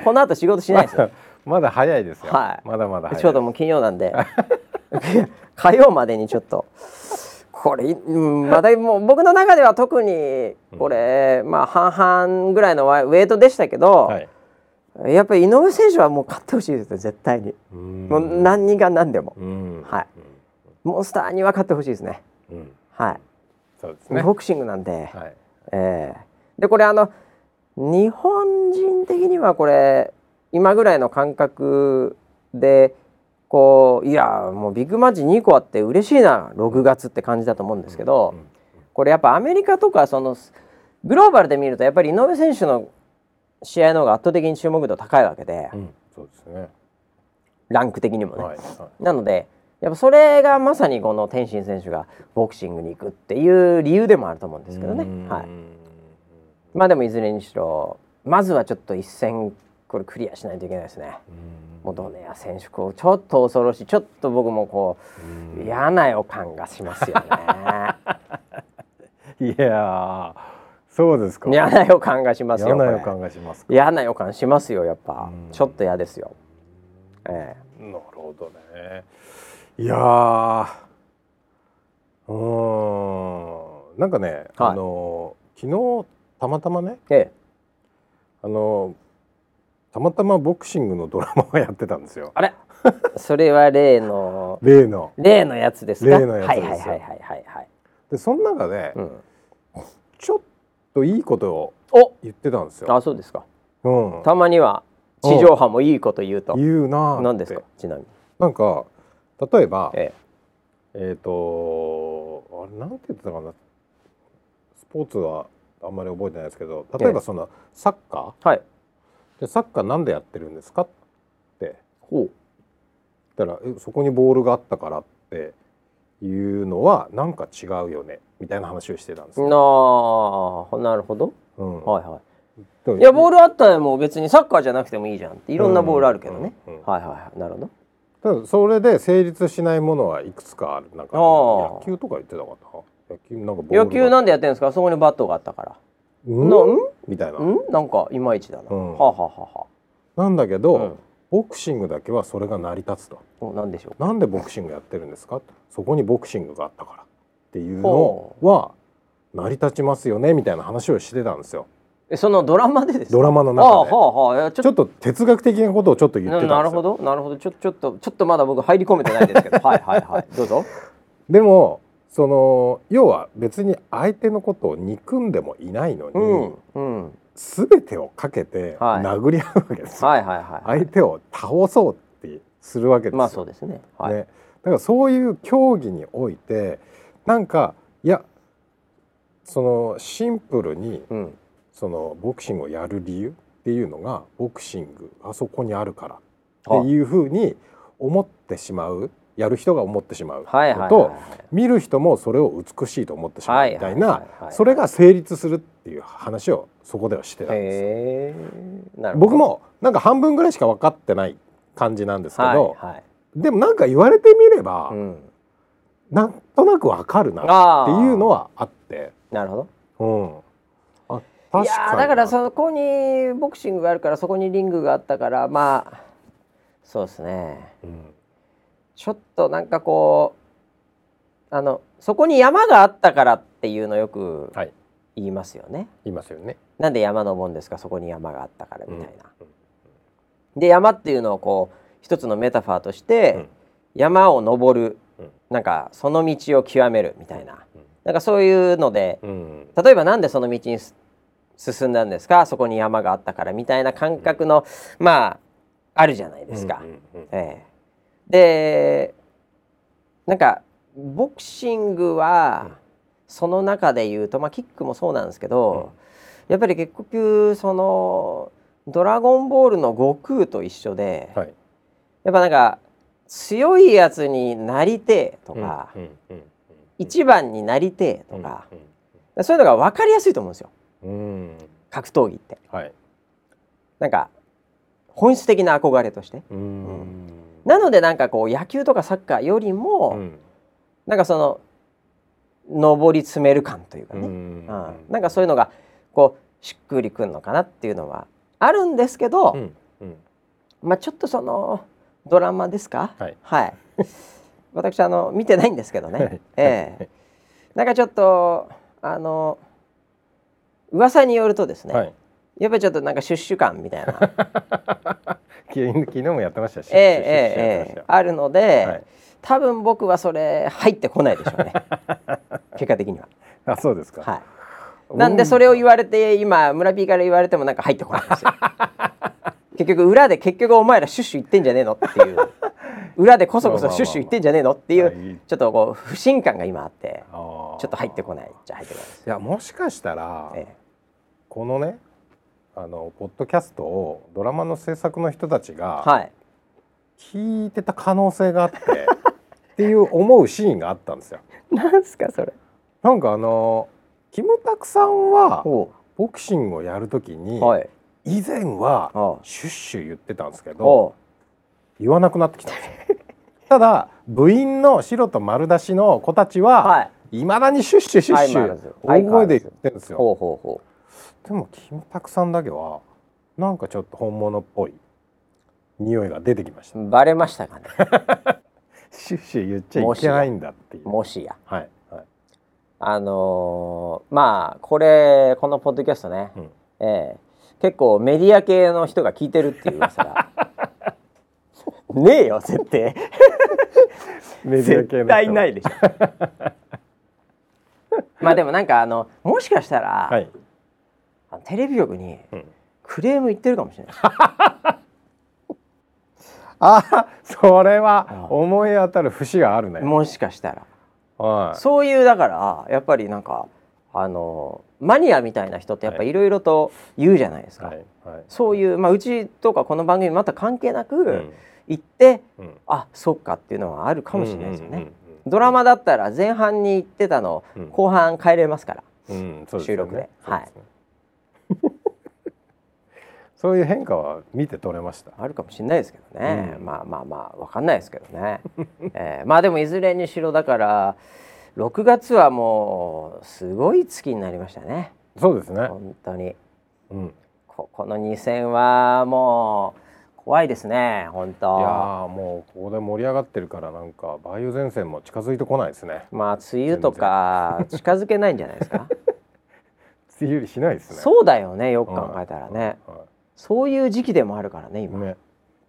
Speaker 1: この後仕事しないですよ、
Speaker 2: まだ早いですよ。
Speaker 1: はい
Speaker 2: まだまだ早い。
Speaker 1: ちょうどもう金曜なんで 火曜までにちょっとこれ、うん、まだもう僕の中では特にこれ、まあ半々ぐらいのワイウェイトでしたけど、
Speaker 2: はい。
Speaker 1: やっぱり井上選手はもう勝ってほしいですね絶対に、
Speaker 2: うん
Speaker 1: もう何人が何でも
Speaker 2: うん、
Speaker 1: はいモンスターには勝ってほしいですね
Speaker 2: うん。うん、
Speaker 1: はい
Speaker 2: そうですね。
Speaker 1: ボクシングなんで、
Speaker 2: はい。
Speaker 1: ええでこれあの日本人的にはこれ今ぐらいの感覚でこういやもうビッグマッチ2個あって嬉しいな6月って感じだと思うんですけど、
Speaker 2: うん
Speaker 1: これやっぱアメリカとかそのグローバルで見るとやっぱり井上選手の試合の方が圧倒的に注目度高いわけで、
Speaker 2: うん、そうですね。
Speaker 1: ランク的にもね。
Speaker 2: はい。は
Speaker 1: なのでやっぱそれがまさにこの天心選手がボクシングに行くっていう理由でもあると思うん
Speaker 2: い。
Speaker 1: ですけどね。はい
Speaker 2: い。
Speaker 1: まあでもいずれにしろまずはちょっと一戦これクリアしないといけないですね。もうドネア選手こうちょっと恐ろしいちょっと僕もこう
Speaker 2: いや。
Speaker 1: 嫌な予感がします よね。
Speaker 2: いやー。そうですか。
Speaker 1: 嫌な予感がしますよ。
Speaker 2: 嫌な予
Speaker 1: これ
Speaker 2: 感がしますか。
Speaker 1: 嫌な予感しますよやっぱ
Speaker 2: うん
Speaker 1: ちょっと嫌ですよ。ええ
Speaker 2: なるほどね。いやー。うーん。なんかね、あの、昨日、たまたまね、
Speaker 1: ええ
Speaker 2: あの。たまたまボクシングのドラマをやってたんですよ
Speaker 1: あ れそれは例の
Speaker 2: 例の
Speaker 1: 例のやつですか
Speaker 2: 例のやつです
Speaker 1: は
Speaker 2: よ
Speaker 1: いはいはいはいはいはい、
Speaker 2: でその中で
Speaker 1: うん、
Speaker 2: ちょっといいことを
Speaker 1: お
Speaker 2: 言ってたんですよ、
Speaker 1: あそうですか
Speaker 2: うん、
Speaker 1: たまには地上波もいいこと言うと
Speaker 2: 言うなー
Speaker 1: 何
Speaker 2: っ
Speaker 1: で
Speaker 2: て
Speaker 1: すかちなみに
Speaker 2: なんか例えば
Speaker 1: え
Speaker 2: えっ、とあれなんて言ってたかなスポーツはあんまり覚えてないですけど例え
Speaker 1: ええ
Speaker 2: ばそのサッカ
Speaker 1: えはい
Speaker 2: ーでサッカーなんでやってるんですかって
Speaker 1: ほう
Speaker 2: だからえそこにボールがあったからっていうのはなんか違うよねみたいな話をしてたんですよ。
Speaker 1: なあなるほど
Speaker 2: うん
Speaker 1: はいは
Speaker 2: でも
Speaker 1: いいやボールあったらもう別にサッカーじゃなくてもいいじゃんっていろんなボールあるけどね、
Speaker 2: うんうんうん
Speaker 1: はいはいはいなるほど
Speaker 2: ただそれで成立しないものはいくつかあるなんか
Speaker 1: あー
Speaker 2: 野球とか言ってたかな野球なんかボールが
Speaker 1: 野球なんでやってるんですかそこにバットがあったから
Speaker 2: うん
Speaker 1: のん
Speaker 2: みたいな、
Speaker 1: うんなんかいまいちだな、
Speaker 2: うん
Speaker 1: はあ、はあは
Speaker 2: なんだけ
Speaker 1: あ
Speaker 2: ど、
Speaker 1: はあ、
Speaker 2: ボクシングだけはそれが成り立つと
Speaker 1: うんおなんでしょう
Speaker 2: なんでボクシングやってるんですかそこにボクシングがあったからっていうのは成り立ちますよねみたいな話をしてたんですよ
Speaker 1: えそのドラマでです
Speaker 2: ド
Speaker 1: か
Speaker 2: ラマの
Speaker 1: ああ
Speaker 2: 中で
Speaker 1: はあはあいやちょっ
Speaker 2: ちょ
Speaker 1: と
Speaker 2: っと哲学的なことをちょっと言ってたん
Speaker 1: な
Speaker 2: です
Speaker 1: な
Speaker 2: よ
Speaker 1: るほどなるほどちょちょっとちょっとまだ僕入り込めてないです けどはいはいはいどうぞ
Speaker 2: でもその要は別に相手のことを憎んでもいないのに、
Speaker 1: うんうん
Speaker 2: 全てをかけて
Speaker 1: はい
Speaker 2: 殴り合うわけですよ、
Speaker 1: はいはいはい
Speaker 2: 相手を倒そうってするわけですよ
Speaker 1: まあそうですねはい、
Speaker 2: ね、だからそういう競技においてなんかいやそのシンプルに
Speaker 1: うん
Speaker 2: そのボクシングをやる理由っていうのがボクシングあそこにあるからっていうふうに思ってしまうやる人が思ってしまうのと、
Speaker 1: はいはいはいはい
Speaker 2: 見る人もそれを美しいと思ってしまうみたいな、
Speaker 1: はいはいはいはい
Speaker 2: それが成立するっていう話をそこではしてたんです。
Speaker 1: へえなるほど
Speaker 2: 僕もなんか半分ぐらいしか分かってない感じなんですけど、
Speaker 1: はいはい
Speaker 2: でもなんか言われてみれば、
Speaker 1: うん、
Speaker 2: なんとなくわかるな
Speaker 1: あ
Speaker 2: って
Speaker 1: ー
Speaker 2: いうのはあって、
Speaker 1: なるほど
Speaker 2: うん、あ
Speaker 1: い
Speaker 2: 確
Speaker 1: や
Speaker 2: か
Speaker 1: ー
Speaker 2: に
Speaker 1: だからそこにボクシングがあるからそこにリングがあったからまあそうですね
Speaker 2: うん
Speaker 1: ちょっとなんかこうあのそこに山があったからっていうのよく
Speaker 2: はい
Speaker 1: 言いますよね。
Speaker 2: 言いますよね。
Speaker 1: なんで山登るんですかそこに山があったからみたいな。
Speaker 2: うん
Speaker 1: で山っていうのをこう一つのメタファーとして、
Speaker 2: うん
Speaker 1: 山を登る、
Speaker 2: うん
Speaker 1: なんかその道を極めるみたいな、
Speaker 2: うん
Speaker 1: なんかそういうので
Speaker 2: うん
Speaker 1: 例えばなんでその道にす進んだんですかそこに山があったからみたいな感覚の、まああるじゃないですか。
Speaker 2: うんうん
Speaker 1: ええ、でなんかボクシングは、
Speaker 2: うん
Speaker 1: その中で言うと、まあ、キックもそうなんですけど、やっぱり結局その「ドラゴンボール」の悟空と一緒で、
Speaker 2: はい。
Speaker 1: やっぱなんか強いやつになりてえとか、
Speaker 2: うんうんうん
Speaker 1: 一番になりてえとか、
Speaker 2: うん
Speaker 1: そういうのが分かりやすいと思うんですよ
Speaker 2: うんうん
Speaker 1: 格闘技って。
Speaker 2: はい。
Speaker 1: なんか本質的な憧れとして。
Speaker 2: うん
Speaker 1: なのでなんかこう野球とかサッカーよりも、
Speaker 2: うん
Speaker 1: なんかその上り詰める感というか
Speaker 2: う
Speaker 1: ね、
Speaker 2: ん
Speaker 1: うんなんかそういうのがこうしっくりくるのかなっていうのはあるんですけど、
Speaker 2: うんうん
Speaker 1: まあちょっとそのドラマですか
Speaker 2: はい
Speaker 1: い 私あの見てないんですけどね、
Speaker 2: はい
Speaker 1: ええなんかちょっとあの噂によるとですね、
Speaker 2: はい。
Speaker 1: やっぱりちょっとなんかシュッシュ感みたいな
Speaker 2: 昨日昨日もやってましたし。
Speaker 1: ええええええ
Speaker 2: し
Speaker 1: あるので、
Speaker 2: はい
Speaker 1: 多分僕はそれ入ってこないでしょうね結果的には。
Speaker 2: あ そうですか。
Speaker 1: はいなんでそれを言われて今村 P から言われてもなんか入ってこないん ですよ結局裏で結局お前らシュッシュ言ってんじゃねえのっていう裏でこそこそシュッシュ言ってんじゃねえのってい
Speaker 2: まあまあまあま
Speaker 1: う
Speaker 2: あ
Speaker 1: ちょっとこう不信感が今あって
Speaker 2: ちょ
Speaker 1: ちょっと入ってこないじゃ入ってこないです
Speaker 2: いやもしかしたら、
Speaker 1: え
Speaker 2: このねあのポッドキャストをドラマの制作の人たち
Speaker 1: え
Speaker 2: が
Speaker 1: はい
Speaker 2: 聞いてた可能性があってっていう思うシーンがあったんですよ。
Speaker 1: なんすかそれ
Speaker 2: なんかあのキムタクさんは
Speaker 1: お
Speaker 2: ボクシングをやるときに、
Speaker 1: はい
Speaker 2: 以前は
Speaker 1: ああ
Speaker 2: シュッシュ言ってたんですけど
Speaker 1: お
Speaker 2: 言わなくなってきたんですよ。 ただ部員の白と丸出しの子たちは、
Speaker 1: はい
Speaker 2: いまだにシュッシュシュッシ
Speaker 1: 相変わらず
Speaker 2: ュ大声で言ってるんですよ。
Speaker 1: ほうほうほ
Speaker 2: でもキムタクさんだけはなんかちょっと本物っぽい匂いが出てきました。
Speaker 1: うバレましたかね
Speaker 2: シュッシュ言っちゃいけないんだっていう。
Speaker 1: もしや
Speaker 2: はいはい。
Speaker 1: あのーまあこれこのポッドキャストね、
Speaker 2: うん
Speaker 1: ええ結構メディア系の人が聞いてるっていう噂がねえよ絶対
Speaker 2: メディア系の人は
Speaker 3: 絶対ないでしょ
Speaker 1: まあでもなんかあのもしかしたら、
Speaker 2: はい
Speaker 1: あのテレビ局に
Speaker 2: うん
Speaker 1: クレーム言ってるかもしれない
Speaker 2: あそれは
Speaker 1: あ
Speaker 2: 思い当たる節があるね
Speaker 1: もしかしたら
Speaker 2: はい
Speaker 1: そういうだからやっぱりなんかあのマニアみたいな人ってやっぱいろいろと言うじゃないですか、
Speaker 2: はいはい
Speaker 1: そういう、まあ、うちとかこの番組また関係なく、
Speaker 2: うん
Speaker 1: 行って
Speaker 2: うん
Speaker 1: あそっかっていうのはあるかもしれないですよね、
Speaker 2: うんうんうんうん
Speaker 1: ドラマだったら前半に行ってたの、
Speaker 2: うん
Speaker 1: 後半帰れますから
Speaker 2: うんそうす
Speaker 1: 収
Speaker 2: よね
Speaker 1: 録ではい
Speaker 2: そうすね そういう変化は見て取れました
Speaker 1: あるかもしれないですけどね、
Speaker 2: うん
Speaker 1: まあまあまあわかんないですけどね、 えーまあでもいずれにしろだから6月はもうすごい月になりましたね
Speaker 2: そうですね
Speaker 1: 本当に
Speaker 2: うん
Speaker 1: ここの2戦はもう怖いですね本
Speaker 2: いや
Speaker 1: 当
Speaker 2: ーもうここで盛り上がってるからなんか梅雨前線も近づいてこないですね
Speaker 1: まあ梅雨とか近づけないんじゃないです か
Speaker 2: 梅雨入りしないですね
Speaker 1: そうだよねよく考えたらね、
Speaker 2: は
Speaker 1: そういう時期でもあるからね
Speaker 2: い
Speaker 1: 今、
Speaker 2: ね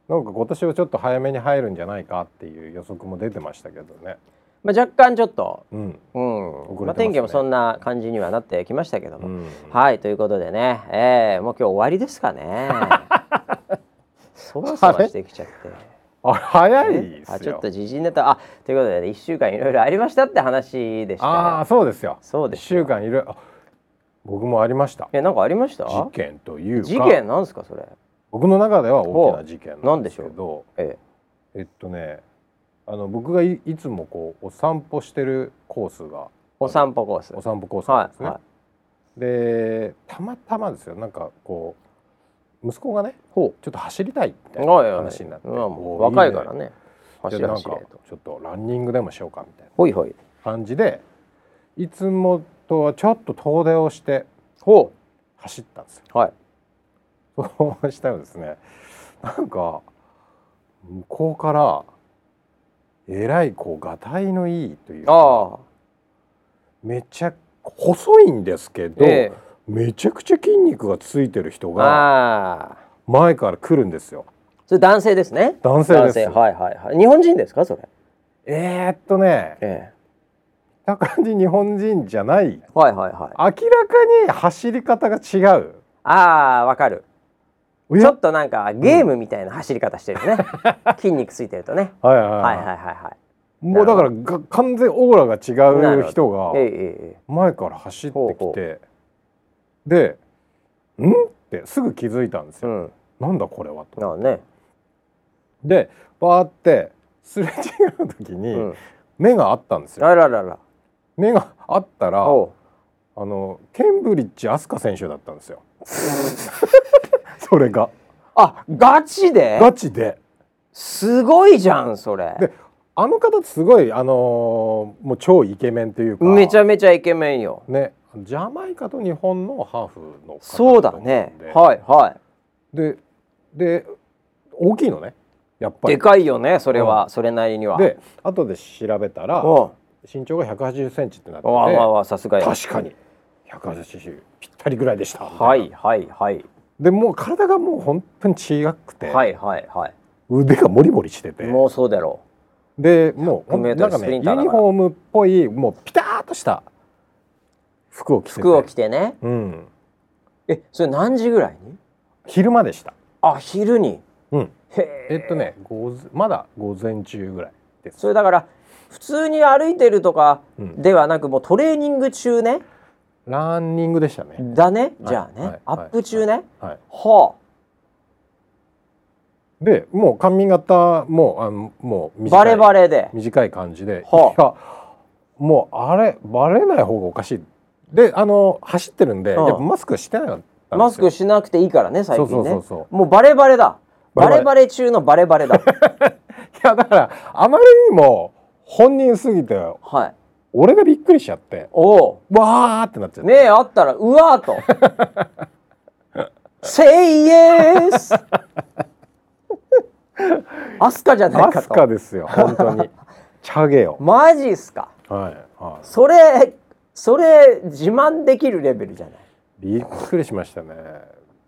Speaker 2: なんか今年はちょっと早めに入るんじゃないかっていう予測も出てましたけどね
Speaker 1: まあ、若干ちょっと
Speaker 2: うん、
Speaker 1: うん
Speaker 2: 遅れてますね
Speaker 1: まあ、天気もそんな感じにはなってきましたけども、
Speaker 2: うん
Speaker 1: はいということでね、えーもう今日終わりですか ねそわそわしてきちゃって、
Speaker 2: あ早いですよ
Speaker 1: あちょっと時事ネタあということで、ね、1週間いろいろありましたって話でした
Speaker 2: ああ
Speaker 1: よ
Speaker 2: そうですよ
Speaker 1: そう
Speaker 2: 一
Speaker 1: ですよ
Speaker 2: 週間いるあ僕もありました
Speaker 1: えなんかありました
Speaker 2: 事件というか
Speaker 1: 事件なんですかそれ
Speaker 2: 僕の中では大きな事件なんですけど
Speaker 1: え
Speaker 2: えっとねあの僕がいいつもこうお散歩してるコースが
Speaker 1: お散歩コース
Speaker 2: お散歩コースなん
Speaker 1: は
Speaker 2: です
Speaker 1: い
Speaker 2: ね、
Speaker 1: はい
Speaker 2: でたまたまですよなんかこう息子がね
Speaker 1: ほ
Speaker 2: ちょっと走りたいみたいな
Speaker 1: おいおい
Speaker 2: 話になって
Speaker 1: まあもう
Speaker 2: おー
Speaker 1: 若いから
Speaker 2: ね
Speaker 1: ね
Speaker 2: じ
Speaker 1: 走
Speaker 2: ゃ
Speaker 1: れ
Speaker 2: あなん
Speaker 1: 走
Speaker 2: か
Speaker 1: れと
Speaker 2: ちょっとランニングでもしようかみたいな
Speaker 1: ほいほい
Speaker 2: 感じでいつもとはちょっと遠出をして
Speaker 1: ほ
Speaker 2: 走ったんですよ
Speaker 1: うはい
Speaker 2: そうしたらですねなんか向こうからえらいこうがたいのいいというか
Speaker 1: ああ
Speaker 2: めちゃ細いんですけど、
Speaker 1: え
Speaker 2: めちゃくちゃ筋肉がついてる人
Speaker 1: え
Speaker 2: が
Speaker 1: ああ
Speaker 2: 前から来るんですよ
Speaker 1: それ男性ですね
Speaker 2: 男性です
Speaker 1: はいはいはい日本人ですかそれ
Speaker 2: えー、っとね
Speaker 1: え
Speaker 2: 見た感じ日本人じゃない
Speaker 1: えはいはいはい
Speaker 2: 明らかに走り方が違う
Speaker 1: あーわかる
Speaker 2: お
Speaker 1: ち
Speaker 2: や
Speaker 1: ょっとなんかゲームみたいな走り方してるね、 筋肉ついてるとね
Speaker 2: はいはいはい
Speaker 1: はいはいはいは
Speaker 2: もうだからが完全オーラ
Speaker 1: な
Speaker 2: が違
Speaker 1: る
Speaker 2: う
Speaker 1: ほ
Speaker 2: 人が
Speaker 1: いええええ
Speaker 2: 前から走って
Speaker 1: ほう
Speaker 2: き
Speaker 1: ほ
Speaker 2: てで「ん?」ってすぐ気づいたんです
Speaker 1: う
Speaker 2: よ。
Speaker 1: ん
Speaker 2: なんだこれはと。
Speaker 1: なんかね、
Speaker 2: でバーってすれ違う時
Speaker 1: う
Speaker 2: に
Speaker 1: ん、
Speaker 2: 目があったんですよ。
Speaker 1: あららら
Speaker 2: 目があったら
Speaker 1: らおう
Speaker 2: あのケンブリッジ飛鳥選手だったん ですよ。それが
Speaker 1: あガチで
Speaker 2: ガチで。
Speaker 1: すごいじゃんそれ
Speaker 2: であの方すごいあのーもう超イケメンというか
Speaker 1: めちゃめちゃイケメンよ
Speaker 2: ねジャマイカと日本のハーフの方
Speaker 1: そう
Speaker 2: と
Speaker 1: だ
Speaker 2: 思ん
Speaker 1: ね
Speaker 2: で
Speaker 1: はいは
Speaker 2: でで大きいのねやっ
Speaker 1: い
Speaker 2: ぱり
Speaker 1: でかいよねそれは、
Speaker 2: うん
Speaker 1: それなりには
Speaker 2: で後で調べたら
Speaker 1: おう
Speaker 2: 身長が1 8 0ンチってなってて
Speaker 1: わあわあわあさすがや
Speaker 2: 確かに180ぴったりぐらいでした
Speaker 1: はいはいはい
Speaker 2: でもう体がもう本当にちがくて、
Speaker 1: はいはいはい
Speaker 2: 腕がモリモリしてて
Speaker 1: もうそうだろ
Speaker 2: でもうほん
Speaker 1: 100
Speaker 2: なんか
Speaker 1: ス
Speaker 2: ね
Speaker 1: プ
Speaker 2: ユ
Speaker 1: リン
Speaker 2: ニ
Speaker 1: ターだから
Speaker 2: フォームっぽいもうピターっとした服を着
Speaker 1: う
Speaker 2: てて
Speaker 1: 服を着てね
Speaker 2: うん、
Speaker 1: えそれ何時ぐらいに
Speaker 2: 昼間でした
Speaker 1: あ昼に
Speaker 2: うん
Speaker 1: へえ
Speaker 2: えっとね午前まだ午前中ぐらいです
Speaker 1: それだから普通に歩いてるとか
Speaker 2: うん
Speaker 1: ではなくもうトレーニング中ね
Speaker 2: ランニングでしたね、
Speaker 1: だね
Speaker 2: はい
Speaker 1: じゃあね、
Speaker 2: はい
Speaker 1: アップ中ね、は
Speaker 2: はい
Speaker 1: あ
Speaker 2: でもう髪型もあのもう短い
Speaker 1: バレバレで
Speaker 2: 短い感じで、
Speaker 1: はい
Speaker 2: やもうあれバレない方がおかしいであの走ってるんで、
Speaker 1: うん
Speaker 2: やっぱマスクしてなかったん
Speaker 1: マス
Speaker 2: ですよ
Speaker 1: クしなくていいからね最近ね
Speaker 2: そうそうそうそ
Speaker 1: もうバレバレだ
Speaker 2: バ
Speaker 1: バ
Speaker 2: レバレ
Speaker 1: レバレ中のバレバレ だ
Speaker 2: いやだからあまりにも本人すぎて
Speaker 1: はい
Speaker 2: 俺がびっくりしちゃって
Speaker 1: おお
Speaker 2: わーってなっちゃっ
Speaker 1: う
Speaker 2: て、
Speaker 1: 目あったらうわー と Say yes アスカじゃない
Speaker 2: マ
Speaker 1: か
Speaker 2: スカ
Speaker 1: と
Speaker 2: ですよ本当 にチャゲよ
Speaker 1: マジっすか
Speaker 2: はい、は
Speaker 1: それそれ自慢できるレベルじゃない
Speaker 2: い、びっくりしましたね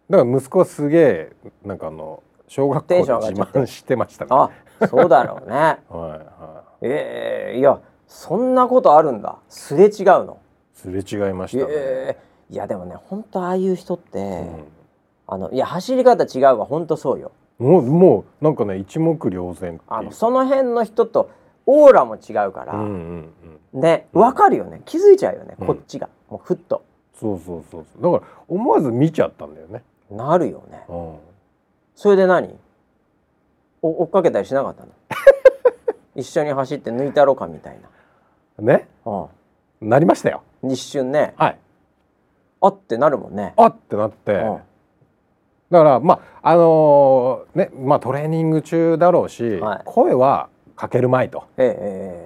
Speaker 2: だから息子はすげえなんかあの小学校で自慢してましたね。
Speaker 1: あそうだろう ね
Speaker 2: はいは
Speaker 1: ええいやそんなことあるんだすれ違うの
Speaker 2: い。すれ違いまし
Speaker 1: え
Speaker 2: たね。
Speaker 1: えいやでもね本当ああいう人って、
Speaker 2: うん
Speaker 1: あのいや走り方違うわ本当そうよ
Speaker 2: もうもうなんかね一目瞭然って
Speaker 1: あ
Speaker 2: い
Speaker 1: の
Speaker 2: う。
Speaker 1: その辺の人とオーラも違うか
Speaker 2: う
Speaker 1: ら、
Speaker 2: んうんうん。
Speaker 1: ねわかるよね気づいちゃうよね、
Speaker 2: うん
Speaker 1: こっちがもうふっと
Speaker 2: そうそうそうそう。だから思わず見ちゃったんだよね。
Speaker 1: なるよね
Speaker 2: うん。
Speaker 1: それで何お追っかけたりしな かったの一緒に走って抜いたろかみたい
Speaker 2: ね
Speaker 1: な、
Speaker 2: なりましたよ。
Speaker 1: うん、一瞬ね
Speaker 2: はい。
Speaker 1: あってなるもんね、
Speaker 2: あってなって。
Speaker 1: うん
Speaker 2: だからまああのーねまあトレーニング中だろうし、
Speaker 1: はい
Speaker 2: 声はかけるまいと。
Speaker 1: ええええ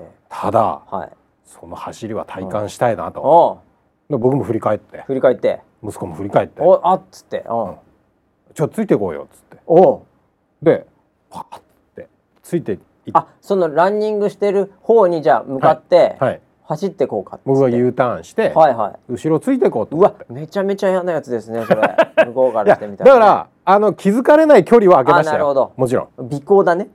Speaker 1: え
Speaker 2: ただ
Speaker 1: えはい
Speaker 2: その走りは体感したいなと。
Speaker 1: おう
Speaker 2: で僕も振り返って
Speaker 1: 振り返って
Speaker 2: 息子も振り返って。
Speaker 1: おあっつってお
Speaker 2: うんちょっとついてこうよっつって
Speaker 1: おう
Speaker 2: でパーってついていって
Speaker 1: あそのランニングしてる方にじゃあ向かって
Speaker 2: はい
Speaker 1: 走ってこうかっつって
Speaker 2: 僕が U ターンして、
Speaker 1: はいはい
Speaker 2: 後ろついてこうと
Speaker 1: う
Speaker 2: 思っ
Speaker 1: わ
Speaker 2: て
Speaker 1: めちゃめちゃ嫌なやつですねそれ向こうか
Speaker 2: い
Speaker 1: ら
Speaker 2: や
Speaker 1: してみ
Speaker 2: だ
Speaker 1: たら、
Speaker 2: からあの気づかれない距離は開けましたよ
Speaker 1: あなるほど
Speaker 2: もちろん
Speaker 1: 尾行だ ね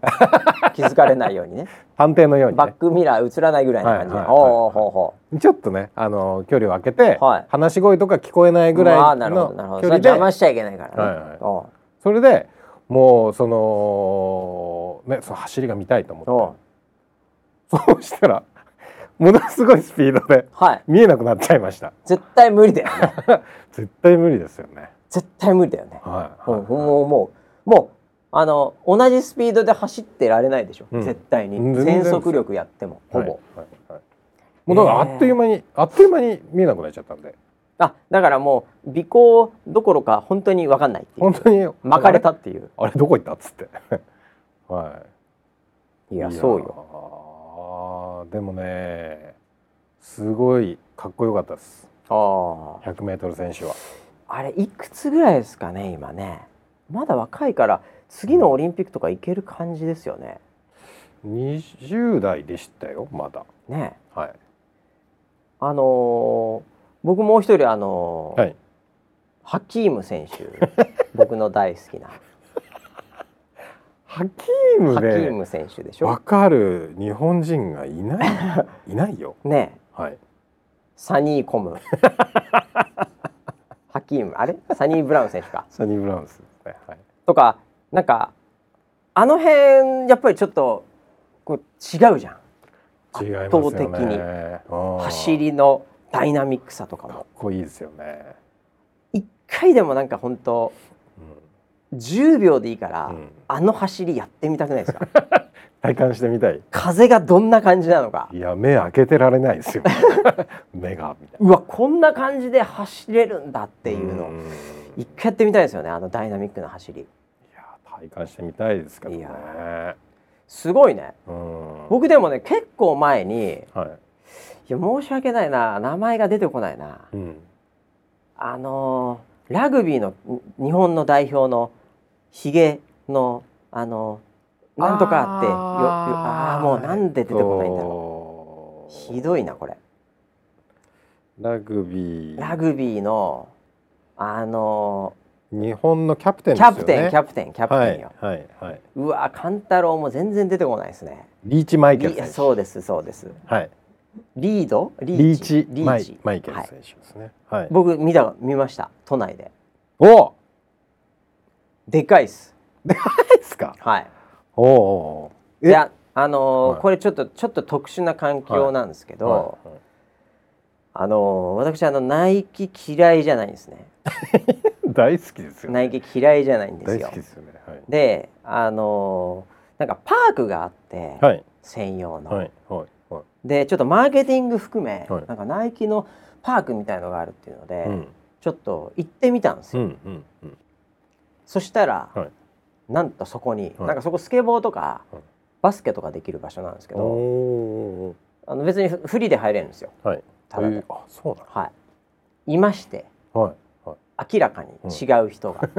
Speaker 1: 気づかれないようにね
Speaker 2: 探偵のように、
Speaker 1: バックミラー映らないぐらいの感じで、
Speaker 2: はいはいは
Speaker 1: お
Speaker 2: い
Speaker 1: うおうほうほう
Speaker 2: ね、ちょっとねあの距離を開けて、
Speaker 1: はい
Speaker 2: 話し声とか聞こえないぐ
Speaker 1: まあ
Speaker 2: らい
Speaker 1: なるほど
Speaker 2: の
Speaker 1: なるほどそれは
Speaker 2: 距離で、
Speaker 1: 邪魔しちゃいけないからね、
Speaker 2: はいはい
Speaker 1: おう
Speaker 2: それでもうそのねその走りが見たいと
Speaker 1: おう
Speaker 2: 思って そうしたらものすごいスピードで
Speaker 1: はい
Speaker 2: 見えなくなっちゃいました
Speaker 1: 絶対無理だよ ね
Speaker 2: 絶対無理ですよね
Speaker 1: 絶対無理だよね、
Speaker 2: はい、
Speaker 1: う
Speaker 2: は
Speaker 1: ん
Speaker 2: い、
Speaker 1: もうもうもうあの同じスピードで走ってられないでしょ、
Speaker 2: うん
Speaker 1: 絶対
Speaker 2: 全
Speaker 1: に
Speaker 2: 然
Speaker 1: 全速力やってもほぼ、
Speaker 2: はいはいはいもうだからあっという間に、あっという間に見えなくなっちゃったんで
Speaker 1: あだからもう尾行どころか本当に分かんないっていう
Speaker 2: 本当に
Speaker 1: 巻かれたっていう
Speaker 2: あれあれどこ行ったっつって はいい
Speaker 1: やそうよ
Speaker 2: よでもねすごいかっこよかったです
Speaker 1: あ
Speaker 2: 100m 選手は
Speaker 1: ああれいくつぐらいですかね今ねまだ若いから次のオリンピックとか行ける感じですよね
Speaker 2: 20代でしたよまだ
Speaker 1: ね
Speaker 2: はい
Speaker 1: あのー僕もう一人あのー
Speaker 2: はい
Speaker 1: ハキーム選手僕の大好きな
Speaker 2: ハキーム
Speaker 1: ハキー
Speaker 2: で
Speaker 1: ム選手でし
Speaker 2: わ
Speaker 1: ょ
Speaker 2: かる日本人がいないいないよ
Speaker 1: ね
Speaker 2: はい
Speaker 1: サニーコムハキームあれサニーブラウン選手か
Speaker 2: サニー・ブラウンスですねはい
Speaker 1: とかなんかあの辺やっぱりちょっとこう違うじゃん
Speaker 2: 違いますよ
Speaker 1: 倒
Speaker 2: ね
Speaker 1: 的に
Speaker 2: うん
Speaker 1: 走りのダイナミックさとか
Speaker 2: かっ
Speaker 1: も
Speaker 2: こいいですよね、
Speaker 1: 一回でもなんか本当10秒でいいから、
Speaker 2: うんうん
Speaker 1: あの走りやってみたくないですか
Speaker 2: 体感してみたい
Speaker 1: 風がどんな感じなのか
Speaker 2: いや目開けてられな いですよ目がみたいな
Speaker 1: う
Speaker 2: っ
Speaker 1: わこんな感じで走れるんだっていうのを
Speaker 2: い
Speaker 1: 一回やってみたいですよねあのダイナミックな走り
Speaker 2: や体感してみたいですけど
Speaker 1: い
Speaker 2: ね
Speaker 1: やすごいね
Speaker 2: うん
Speaker 1: 僕でもね結構前に
Speaker 2: はい、
Speaker 1: や申し訳ないな名前が出てこないない
Speaker 2: うん、
Speaker 1: あのーラグビーのん日本の代表のヒゲのあのーなんとかってよよああーもうなんで出てこないんだろ
Speaker 2: ろ
Speaker 1: うひどいなこれ
Speaker 2: ラグビー
Speaker 1: ラグビーのあの
Speaker 2: 日本のキャプテ
Speaker 1: ー
Speaker 2: ンで
Speaker 1: キ
Speaker 2: すよ
Speaker 1: ャ
Speaker 2: ね
Speaker 1: プテンキャプテンキャプテンよ、
Speaker 2: はいはい、はいう
Speaker 1: わー勘太郎も全然出てこないですね
Speaker 2: リーチマイケル
Speaker 1: い
Speaker 2: 選
Speaker 1: や
Speaker 2: 手
Speaker 1: そうですそうです
Speaker 2: はい
Speaker 1: リードリ
Speaker 2: リーチ
Speaker 1: リ
Speaker 2: マ
Speaker 1: ーチ
Speaker 2: イマイケル
Speaker 1: は
Speaker 2: 選
Speaker 1: い
Speaker 2: 手ですねはい、
Speaker 1: 僕見た見ました都内で
Speaker 2: おお
Speaker 1: でかいっす
Speaker 2: ですか
Speaker 1: はい
Speaker 2: おおえ
Speaker 1: いやあのー
Speaker 2: はい
Speaker 1: これちょっとちょっと特殊な環境なんですけど、
Speaker 2: はいはい
Speaker 1: あの私あのナイキ嫌いじゃないんですね。
Speaker 2: 大好きですよ、
Speaker 1: ナイ
Speaker 2: ね。
Speaker 1: キ嫌いじゃないんです
Speaker 2: 大
Speaker 1: よ
Speaker 2: 好き。ですよね。はい。
Speaker 1: で、あのなんかパークがあって、
Speaker 2: はい。
Speaker 1: 専用の、
Speaker 2: はい。はい。は
Speaker 1: で、ちょっとマーケティング含め、
Speaker 2: はい
Speaker 1: なんかナイキのパークみたいのがあるっていうので、
Speaker 2: い。うん。
Speaker 1: ちょっと行ってみたんです
Speaker 2: う
Speaker 1: よ。
Speaker 2: ん。うん。うん。
Speaker 1: そしたら、
Speaker 2: はい
Speaker 1: なんとそこに、
Speaker 2: はい
Speaker 1: なんかそこスケボーとか、
Speaker 2: はい
Speaker 1: バスケとかできる場所なんですけ
Speaker 2: お
Speaker 1: ど、
Speaker 2: お
Speaker 1: あの別にフリーで入れるんですよ。
Speaker 2: ー。はい。
Speaker 1: ただで
Speaker 2: えーあ、そうな
Speaker 1: はい。いまして、
Speaker 2: の。はい。
Speaker 1: 明らかに違う人 が、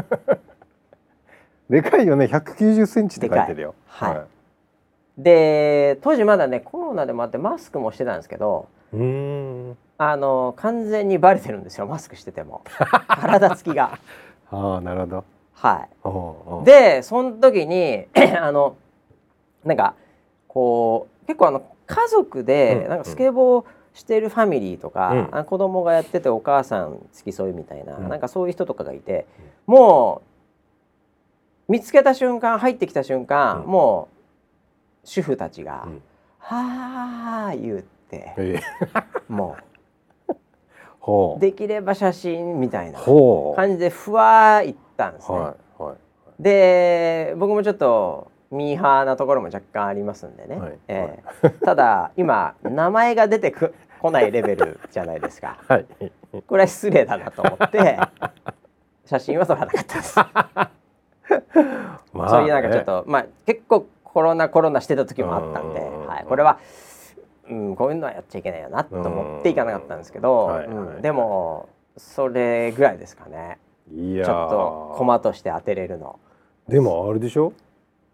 Speaker 2: でかいよね。百九十センチって書いてるよ。
Speaker 1: でかいはいで当時まだねコロナでもあってマスクもしてたんですけど
Speaker 2: うーん。
Speaker 1: あの完全にバレてるんですよマスクしてても腹立つ気が
Speaker 2: ああなるほど
Speaker 1: は
Speaker 2: おうお
Speaker 1: い、
Speaker 2: う
Speaker 1: でその時に あのなんかこう結構あの家族で
Speaker 2: うん
Speaker 1: なんかスケボーしてるファミリーとか、
Speaker 2: うん
Speaker 1: あの子供がやっててお母さん付き添いみたいな、
Speaker 2: うん
Speaker 1: なんかそういう人とかがいて、もう見つけた瞬間入ってきた瞬間、
Speaker 2: うん
Speaker 1: もう主婦たちが「
Speaker 2: うん
Speaker 1: はあ」言って
Speaker 2: ええ
Speaker 1: も
Speaker 2: ほ
Speaker 1: う
Speaker 2: う
Speaker 1: できれば写真みたいな
Speaker 2: ほう
Speaker 1: 感じでふわーいったんですね。
Speaker 2: はいはい
Speaker 1: で僕もちょっとミーハーなところも若干ありますんでね、
Speaker 2: はい
Speaker 1: ええ ただ今名前が出てこないレベルじゃないですか
Speaker 2: はい
Speaker 1: これは失礼だなと思 って写真は撮らなかったです、
Speaker 2: ま
Speaker 1: そういうなんかちょっとまあ結構コロナコロナしてた時もあったんで、
Speaker 2: うん
Speaker 1: はい、これは、うん、こういうのはやっちゃいけないよなと思っていかなかったんですけど、
Speaker 2: うんはいはい
Speaker 1: うんでもそれぐらいですかね
Speaker 2: い
Speaker 1: ちょっ
Speaker 2: やー
Speaker 1: と駒として当てれるの
Speaker 2: でもあれでしょ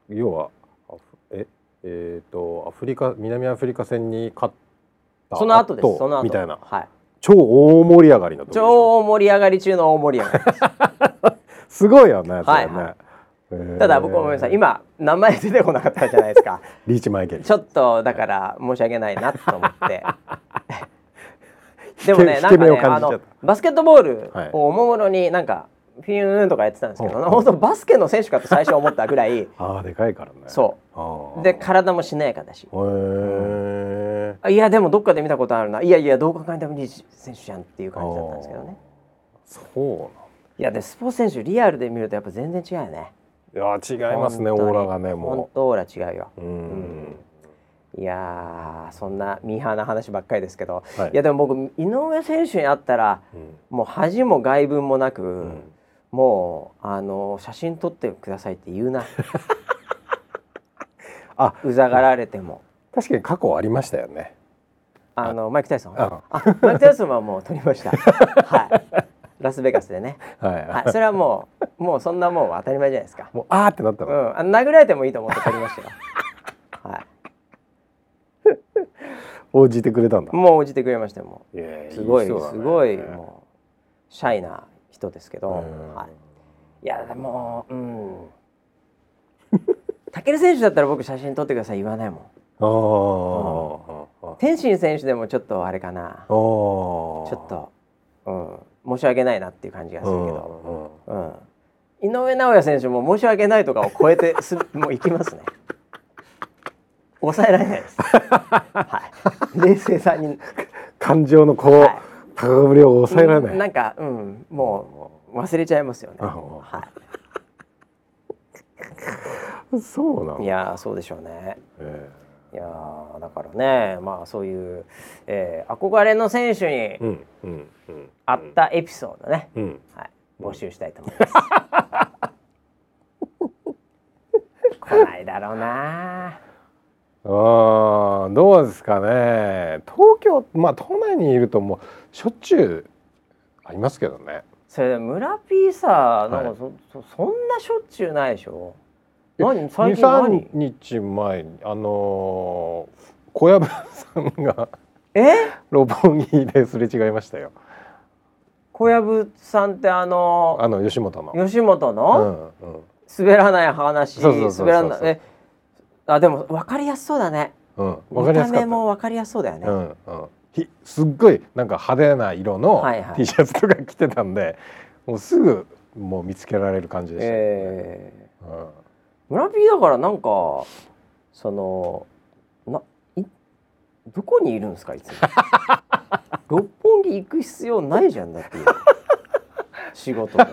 Speaker 2: 要はアフええー、とアフリカ南アフリカ戦に勝った
Speaker 1: その後ですその後
Speaker 2: みたいな
Speaker 1: はい
Speaker 2: 超大盛り上がりの時でしょ
Speaker 1: 超盛り上がり中の大盛り上 がりです。
Speaker 2: すごいよね、それね
Speaker 1: はいはい
Speaker 2: えー
Speaker 1: ただ僕もごめんなさい今名前出てこなかったじゃないです か
Speaker 2: リーチマイケル
Speaker 1: ちょっとだから申し訳ないなと思 ってでもね
Speaker 2: 引
Speaker 1: なん
Speaker 2: け
Speaker 1: か
Speaker 2: 目を
Speaker 1: ね
Speaker 2: 感
Speaker 1: あ
Speaker 2: じちゃった
Speaker 1: のバスケットボール
Speaker 2: はい
Speaker 1: をおもむろになんかフィューンとかやってたんですけど、
Speaker 2: うん
Speaker 1: 本当バスケの選手かと最初思ったぐらい
Speaker 2: ああでかいからね
Speaker 1: そううで体もしなやかだし
Speaker 2: へえ
Speaker 1: いやでもどっかで見たことあるないやいやどう考えてもリーチ選手じゃんっていう感じだったんですけどね
Speaker 2: そう
Speaker 1: いやでスポーツ選手リアルで見るとやっぱ全然違うよね
Speaker 2: なんいや違いますねオ
Speaker 1: 本当に
Speaker 2: ーラがね
Speaker 1: 本
Speaker 2: も
Speaker 1: 当オーラ違うよ
Speaker 2: ううん
Speaker 1: いやーそんなミーハーな話ばっかりですけど、
Speaker 2: はい
Speaker 1: い、やでも僕井上選手に会ったら
Speaker 2: うん
Speaker 1: もう恥も外聞もなく、
Speaker 2: うん
Speaker 1: もうあの写真撮ってくださいって言うな
Speaker 2: あ
Speaker 1: うざがられても
Speaker 2: 確かに過去ありましたよね
Speaker 1: あのマイク・タイソン
Speaker 2: あ
Speaker 1: あマイク・タイソンはもう撮りま したはいラスベガスでね、
Speaker 2: はい、
Speaker 1: はい、それはもうもうそんなもんは当たり前じゃないですか、
Speaker 2: もうあーってなった
Speaker 1: う
Speaker 2: の、
Speaker 1: ん、あの殴られてもいいと思って撮りましたよはい
Speaker 2: 応じてくれたんだ
Speaker 1: もう応じてくれましたよもう
Speaker 2: いや
Speaker 1: すごい、
Speaker 2: 人だ
Speaker 1: す
Speaker 2: ね
Speaker 1: ごいもうシャイな人ですけど、
Speaker 2: うん
Speaker 1: はい、いやでもうん 武尊選手だったら僕写真撮ってください言わないもん
Speaker 2: あーあーあーあー
Speaker 1: 天心選手でもちょっとあれかなち
Speaker 2: あょ
Speaker 1: ょっと、うん、申し訳ないなっていう感じがするけど、
Speaker 2: うんうん
Speaker 1: うん井上尚弥選手も申し訳ないとかを超 えてすもういきますね抑えられない です、はい、冷静さに
Speaker 2: 感情のこう、
Speaker 1: はい
Speaker 2: 高ぶりを抑えられない、
Speaker 1: なんかうんもう忘れちゃいますよね、
Speaker 2: うん
Speaker 1: は
Speaker 2: そうなの
Speaker 1: い、いやーそうでしょうね
Speaker 2: え
Speaker 1: いやーだからねまあそういう、えー憧れの選手
Speaker 2: え
Speaker 1: に
Speaker 2: うんうんうん
Speaker 1: あったエピソードね、
Speaker 2: うん
Speaker 1: はい、募集したいと思います。 来ないだろうな
Speaker 2: あーどうですかね東京まあ都内にいるともうしょっちゅうありますけどね
Speaker 1: それで村 P さなん
Speaker 2: は
Speaker 1: か
Speaker 2: い
Speaker 1: そ,そ、そんなしょっちゅうないでしょ
Speaker 2: いや
Speaker 1: 何最近
Speaker 2: 23
Speaker 1: 何
Speaker 2: 日前にあのー小籔さんが
Speaker 1: え
Speaker 2: 六本木ですれ違いましたよ
Speaker 1: 小籔さんってあの
Speaker 2: あの吉本の、
Speaker 1: 吉本
Speaker 2: う
Speaker 1: の、
Speaker 2: んうん
Speaker 1: 滑らない話
Speaker 2: そうそうそうそう
Speaker 1: 滑らないえあでも分かりやすそうだね
Speaker 2: うん、わかりやすかっ
Speaker 1: 見た目
Speaker 2: た
Speaker 1: も分かりやすそうだよね、
Speaker 2: うんうん、ひすっごいなんか派手な色の
Speaker 1: はいはい
Speaker 2: T シャツとか着てたんで、もうすぐもう見つけられる感じでした、ね
Speaker 1: えー
Speaker 2: うん
Speaker 1: 村 P だからなんかそのないどこにいるんですかい つも六本木行く必要ないじゃんだっていう仕事で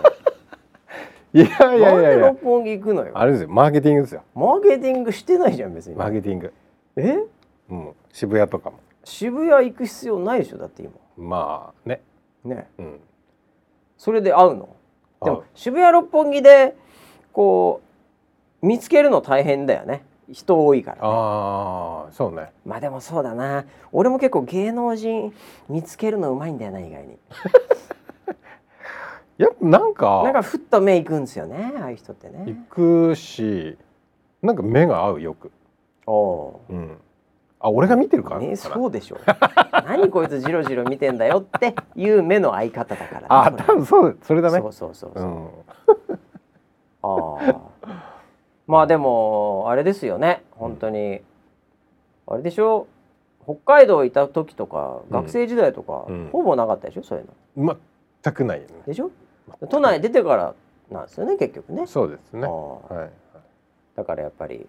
Speaker 2: い やいやいやい
Speaker 1: なん
Speaker 2: や
Speaker 1: で六本木行くのよ
Speaker 2: あれですよマーケティングですよ
Speaker 1: マーケティングしてないじゃん別に
Speaker 2: マーケティング、
Speaker 1: え
Speaker 2: うん、渋谷とかも
Speaker 1: 渋谷行く必要ないでしょだって今
Speaker 2: まあね、
Speaker 1: ね
Speaker 2: うん、
Speaker 1: それで会うので
Speaker 2: あ
Speaker 1: も渋谷六本木でこう見つけるの大変だよね人多いから
Speaker 2: あーそうね
Speaker 1: まあでもそうだな俺も結構芸能人見つけるのうまいんだよな意外に
Speaker 2: やっぱなんか
Speaker 1: なんかふっと目いくんですよねああいう人って
Speaker 2: 行
Speaker 1: ね
Speaker 2: くしなんか目が合うよく、
Speaker 1: おお
Speaker 2: うん、あ俺が見てるからかな、
Speaker 1: ね、そうでしょう 何こいつジロジロ見てんだよっていう目の合い方だからね、
Speaker 2: あ
Speaker 1: これ
Speaker 2: 多分そうそれだね
Speaker 1: そうそうそうそううんああまあでもあれですよね本当に、あれでしょ北海道いた時とか
Speaker 2: うん
Speaker 1: 学生時代とか、
Speaker 2: うん
Speaker 1: ほぼなかったでしょそういうの
Speaker 2: 全くないよね
Speaker 1: でしょ都内出てからなんですよね結局ね
Speaker 2: そうです
Speaker 1: あ
Speaker 2: ね
Speaker 1: あ
Speaker 2: はい
Speaker 1: だからやっぱり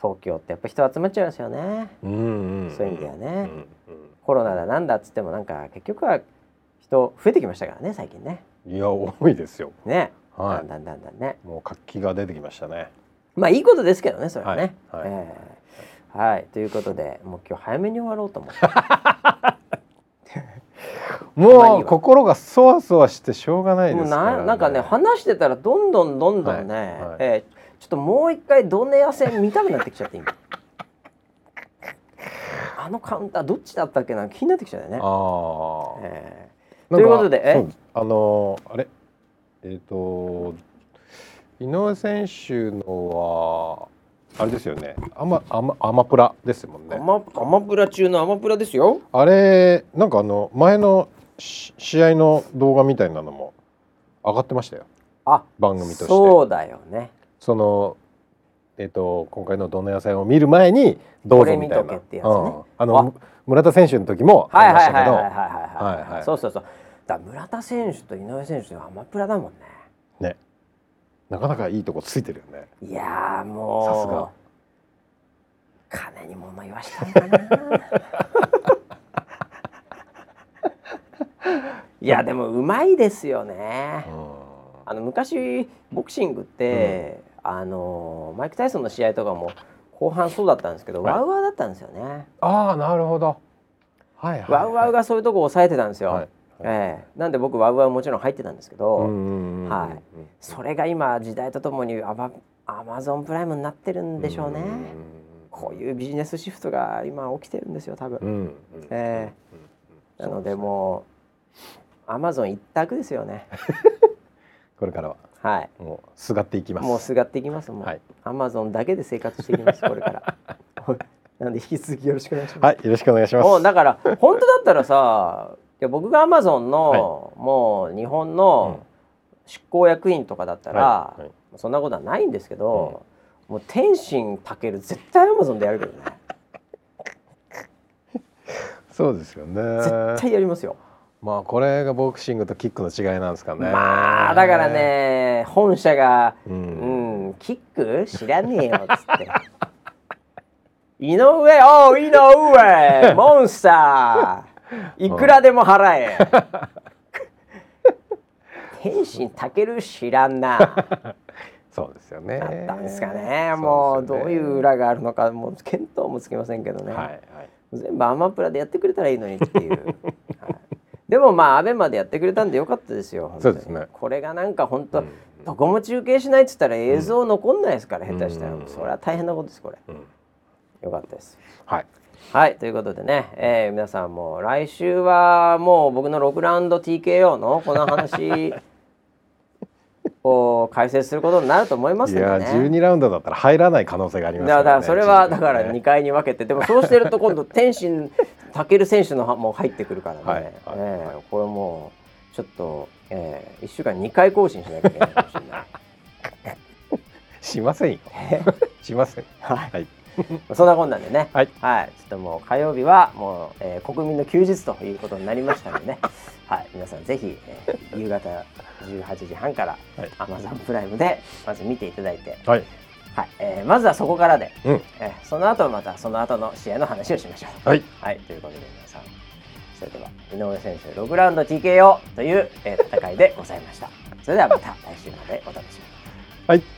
Speaker 1: 東京ってやっぱ人集まっちゃいますよね
Speaker 2: うんうんん
Speaker 1: そういう意味だよね
Speaker 2: うんうん
Speaker 1: コロナだなんだっつってもなんか結局は人増えてきましたからね最近ね
Speaker 2: いや多いですよ。
Speaker 1: ね、だ
Speaker 2: は
Speaker 1: んだんだんだんね
Speaker 2: い。もう活気が出てきましたね。
Speaker 1: まあいいことですけどねそれはね。
Speaker 2: はいはい
Speaker 1: ええはいということでもう今日早めに終わろうと思ってまあいい
Speaker 2: もう
Speaker 1: わ
Speaker 2: 心がそわそわしてしょうがないで
Speaker 1: もう
Speaker 2: すから、
Speaker 1: な
Speaker 2: ね。
Speaker 1: なんかね話してたらどんどんどんどんね、
Speaker 2: はいはい
Speaker 1: ええちょっともう一回ドネア戦見たくなってきちゃって 今あのカウンターどっちだったっけな気になってきちゃうよね
Speaker 2: あ。あ、
Speaker 1: え
Speaker 2: なんか
Speaker 1: ということでえ
Speaker 2: そうあのーあれえっ、と井上選手のはあれですよね。アマアマアマプラですもん
Speaker 1: え
Speaker 2: ね
Speaker 1: ア。マアマプラ中のアマプラですよ。
Speaker 2: あれなんかあの前のし試合の動画みたいなのも上がってましたよ。
Speaker 1: あ
Speaker 2: 番組として。
Speaker 1: そうだよね。
Speaker 2: そのえっと今回のどの野菜を見る前にどうぞみたい
Speaker 1: これ見と
Speaker 2: な
Speaker 1: けってやつね
Speaker 2: うんあの村田選手の時もあ
Speaker 1: はい
Speaker 2: りま
Speaker 1: は
Speaker 2: し
Speaker 1: い
Speaker 2: た
Speaker 1: はい
Speaker 2: け
Speaker 1: はい
Speaker 2: ど、
Speaker 1: はいはい、
Speaker 2: はいはい
Speaker 1: そうそうそう。だから村田選手と井上選手はアマプラだもんね。
Speaker 2: なかなかいいとこついてるよね。
Speaker 1: いやー
Speaker 2: さすが
Speaker 1: もう金に物言わしたんだな いやでもうまいですよね
Speaker 2: うん
Speaker 1: あの昔ボクシングって、あのマイク・タイソンの試合とかも後半そうだったんですけど、
Speaker 2: はい
Speaker 1: ワウワウだったんですよね
Speaker 2: ああなるほど。はいはい。
Speaker 1: ワウワウがそういうとこ抑えてたんですよ、
Speaker 2: はいはい
Speaker 1: ええなんで僕ワウワウもちろん入ってたんですけど、
Speaker 2: うんうんうん
Speaker 1: はいそれが今時代とともにアマアマゾンプライムになってるんでしょうね、
Speaker 2: んん
Speaker 1: こういうビジネスシフトが今起きてるんですよ多分、
Speaker 2: うんうんうん
Speaker 1: え
Speaker 2: うん
Speaker 1: なのでもうアマゾン一択ですよね
Speaker 2: これからは
Speaker 1: はい
Speaker 2: もうすがっていきます。
Speaker 1: もうすがっていきますも
Speaker 2: はいう
Speaker 1: アマゾンだけで生活していきますこれから なんで引き続きよろしくお願いします、
Speaker 2: はいよろしくお願いします。
Speaker 1: もうだから本当だったらさいや僕がアマゾンの、もう日本の執行役員とかだったら、
Speaker 2: はいはい
Speaker 1: そんなことはないんですけど、もう天心たける絶対アマゾンでやるけどね
Speaker 2: そうですよね。
Speaker 1: 絶対やりますよ
Speaker 2: まあこれがボクシングとキックの違いなんですかね。
Speaker 1: まあだから。ね本社が「
Speaker 2: う。
Speaker 1: うんんキック知らねえよ」っつって「井上おう井 上モンスターいくらでも払 え」天心たける知らんな
Speaker 2: そうですよね。
Speaker 1: だったんですかね、もうど
Speaker 2: そうです
Speaker 1: い
Speaker 2: よね
Speaker 1: う裏があるのかもう見当もつきませんけどね、
Speaker 2: はいはい。
Speaker 1: 全部アマプラでやってくれたらいいのにっていう、はい、でもまあアベマでやってくれたんでよかったですよ本当に
Speaker 2: そうですね
Speaker 1: これがなんか本
Speaker 2: う
Speaker 1: 当
Speaker 2: ん
Speaker 1: どこも中継しないっつったら映像残んないですから、下手したら
Speaker 2: うん
Speaker 1: それは大変なことですこれ
Speaker 2: うん
Speaker 1: よかったです
Speaker 2: はい。
Speaker 1: はいということでね、えー皆さんも来週はもう僕の6ラウンド TKO のこの話を解説することになると思います
Speaker 2: い
Speaker 1: の
Speaker 2: や
Speaker 1: でね
Speaker 2: ー、12ラウンドだったら入らない可能性があります
Speaker 1: だ
Speaker 2: か
Speaker 1: からら
Speaker 2: ね。
Speaker 1: それはだ
Speaker 2: 十二ラウンドね
Speaker 1: から2回に分けてでもそうしてると今度天心健選手のはもう入ってくるからね、
Speaker 2: はいはい
Speaker 1: ええこれもうちょっと、え1週間2回更新しなきゃいけないかもしれない
Speaker 2: しませんよ。 しません。
Speaker 1: はい
Speaker 2: はい。
Speaker 1: そんなこんなんでね
Speaker 2: はい、
Speaker 1: ちょっともう火曜日はもう、えー国民の休日ということになりましたので ねはい皆さんぜひ、えー夕方18時半から
Speaker 2: はい
Speaker 1: アマゾンプライムでまず見ていただいて、
Speaker 2: はい。
Speaker 1: はいえーまずはそこからで、
Speaker 2: うん。
Speaker 1: えーその後またその後の試合の話をしましょう
Speaker 2: はい。
Speaker 1: はい、ということで皆さん、それでは井上選手6ラウンド TKO という、えー戦いでございました。それではまた来週までお楽しみに。
Speaker 2: はい。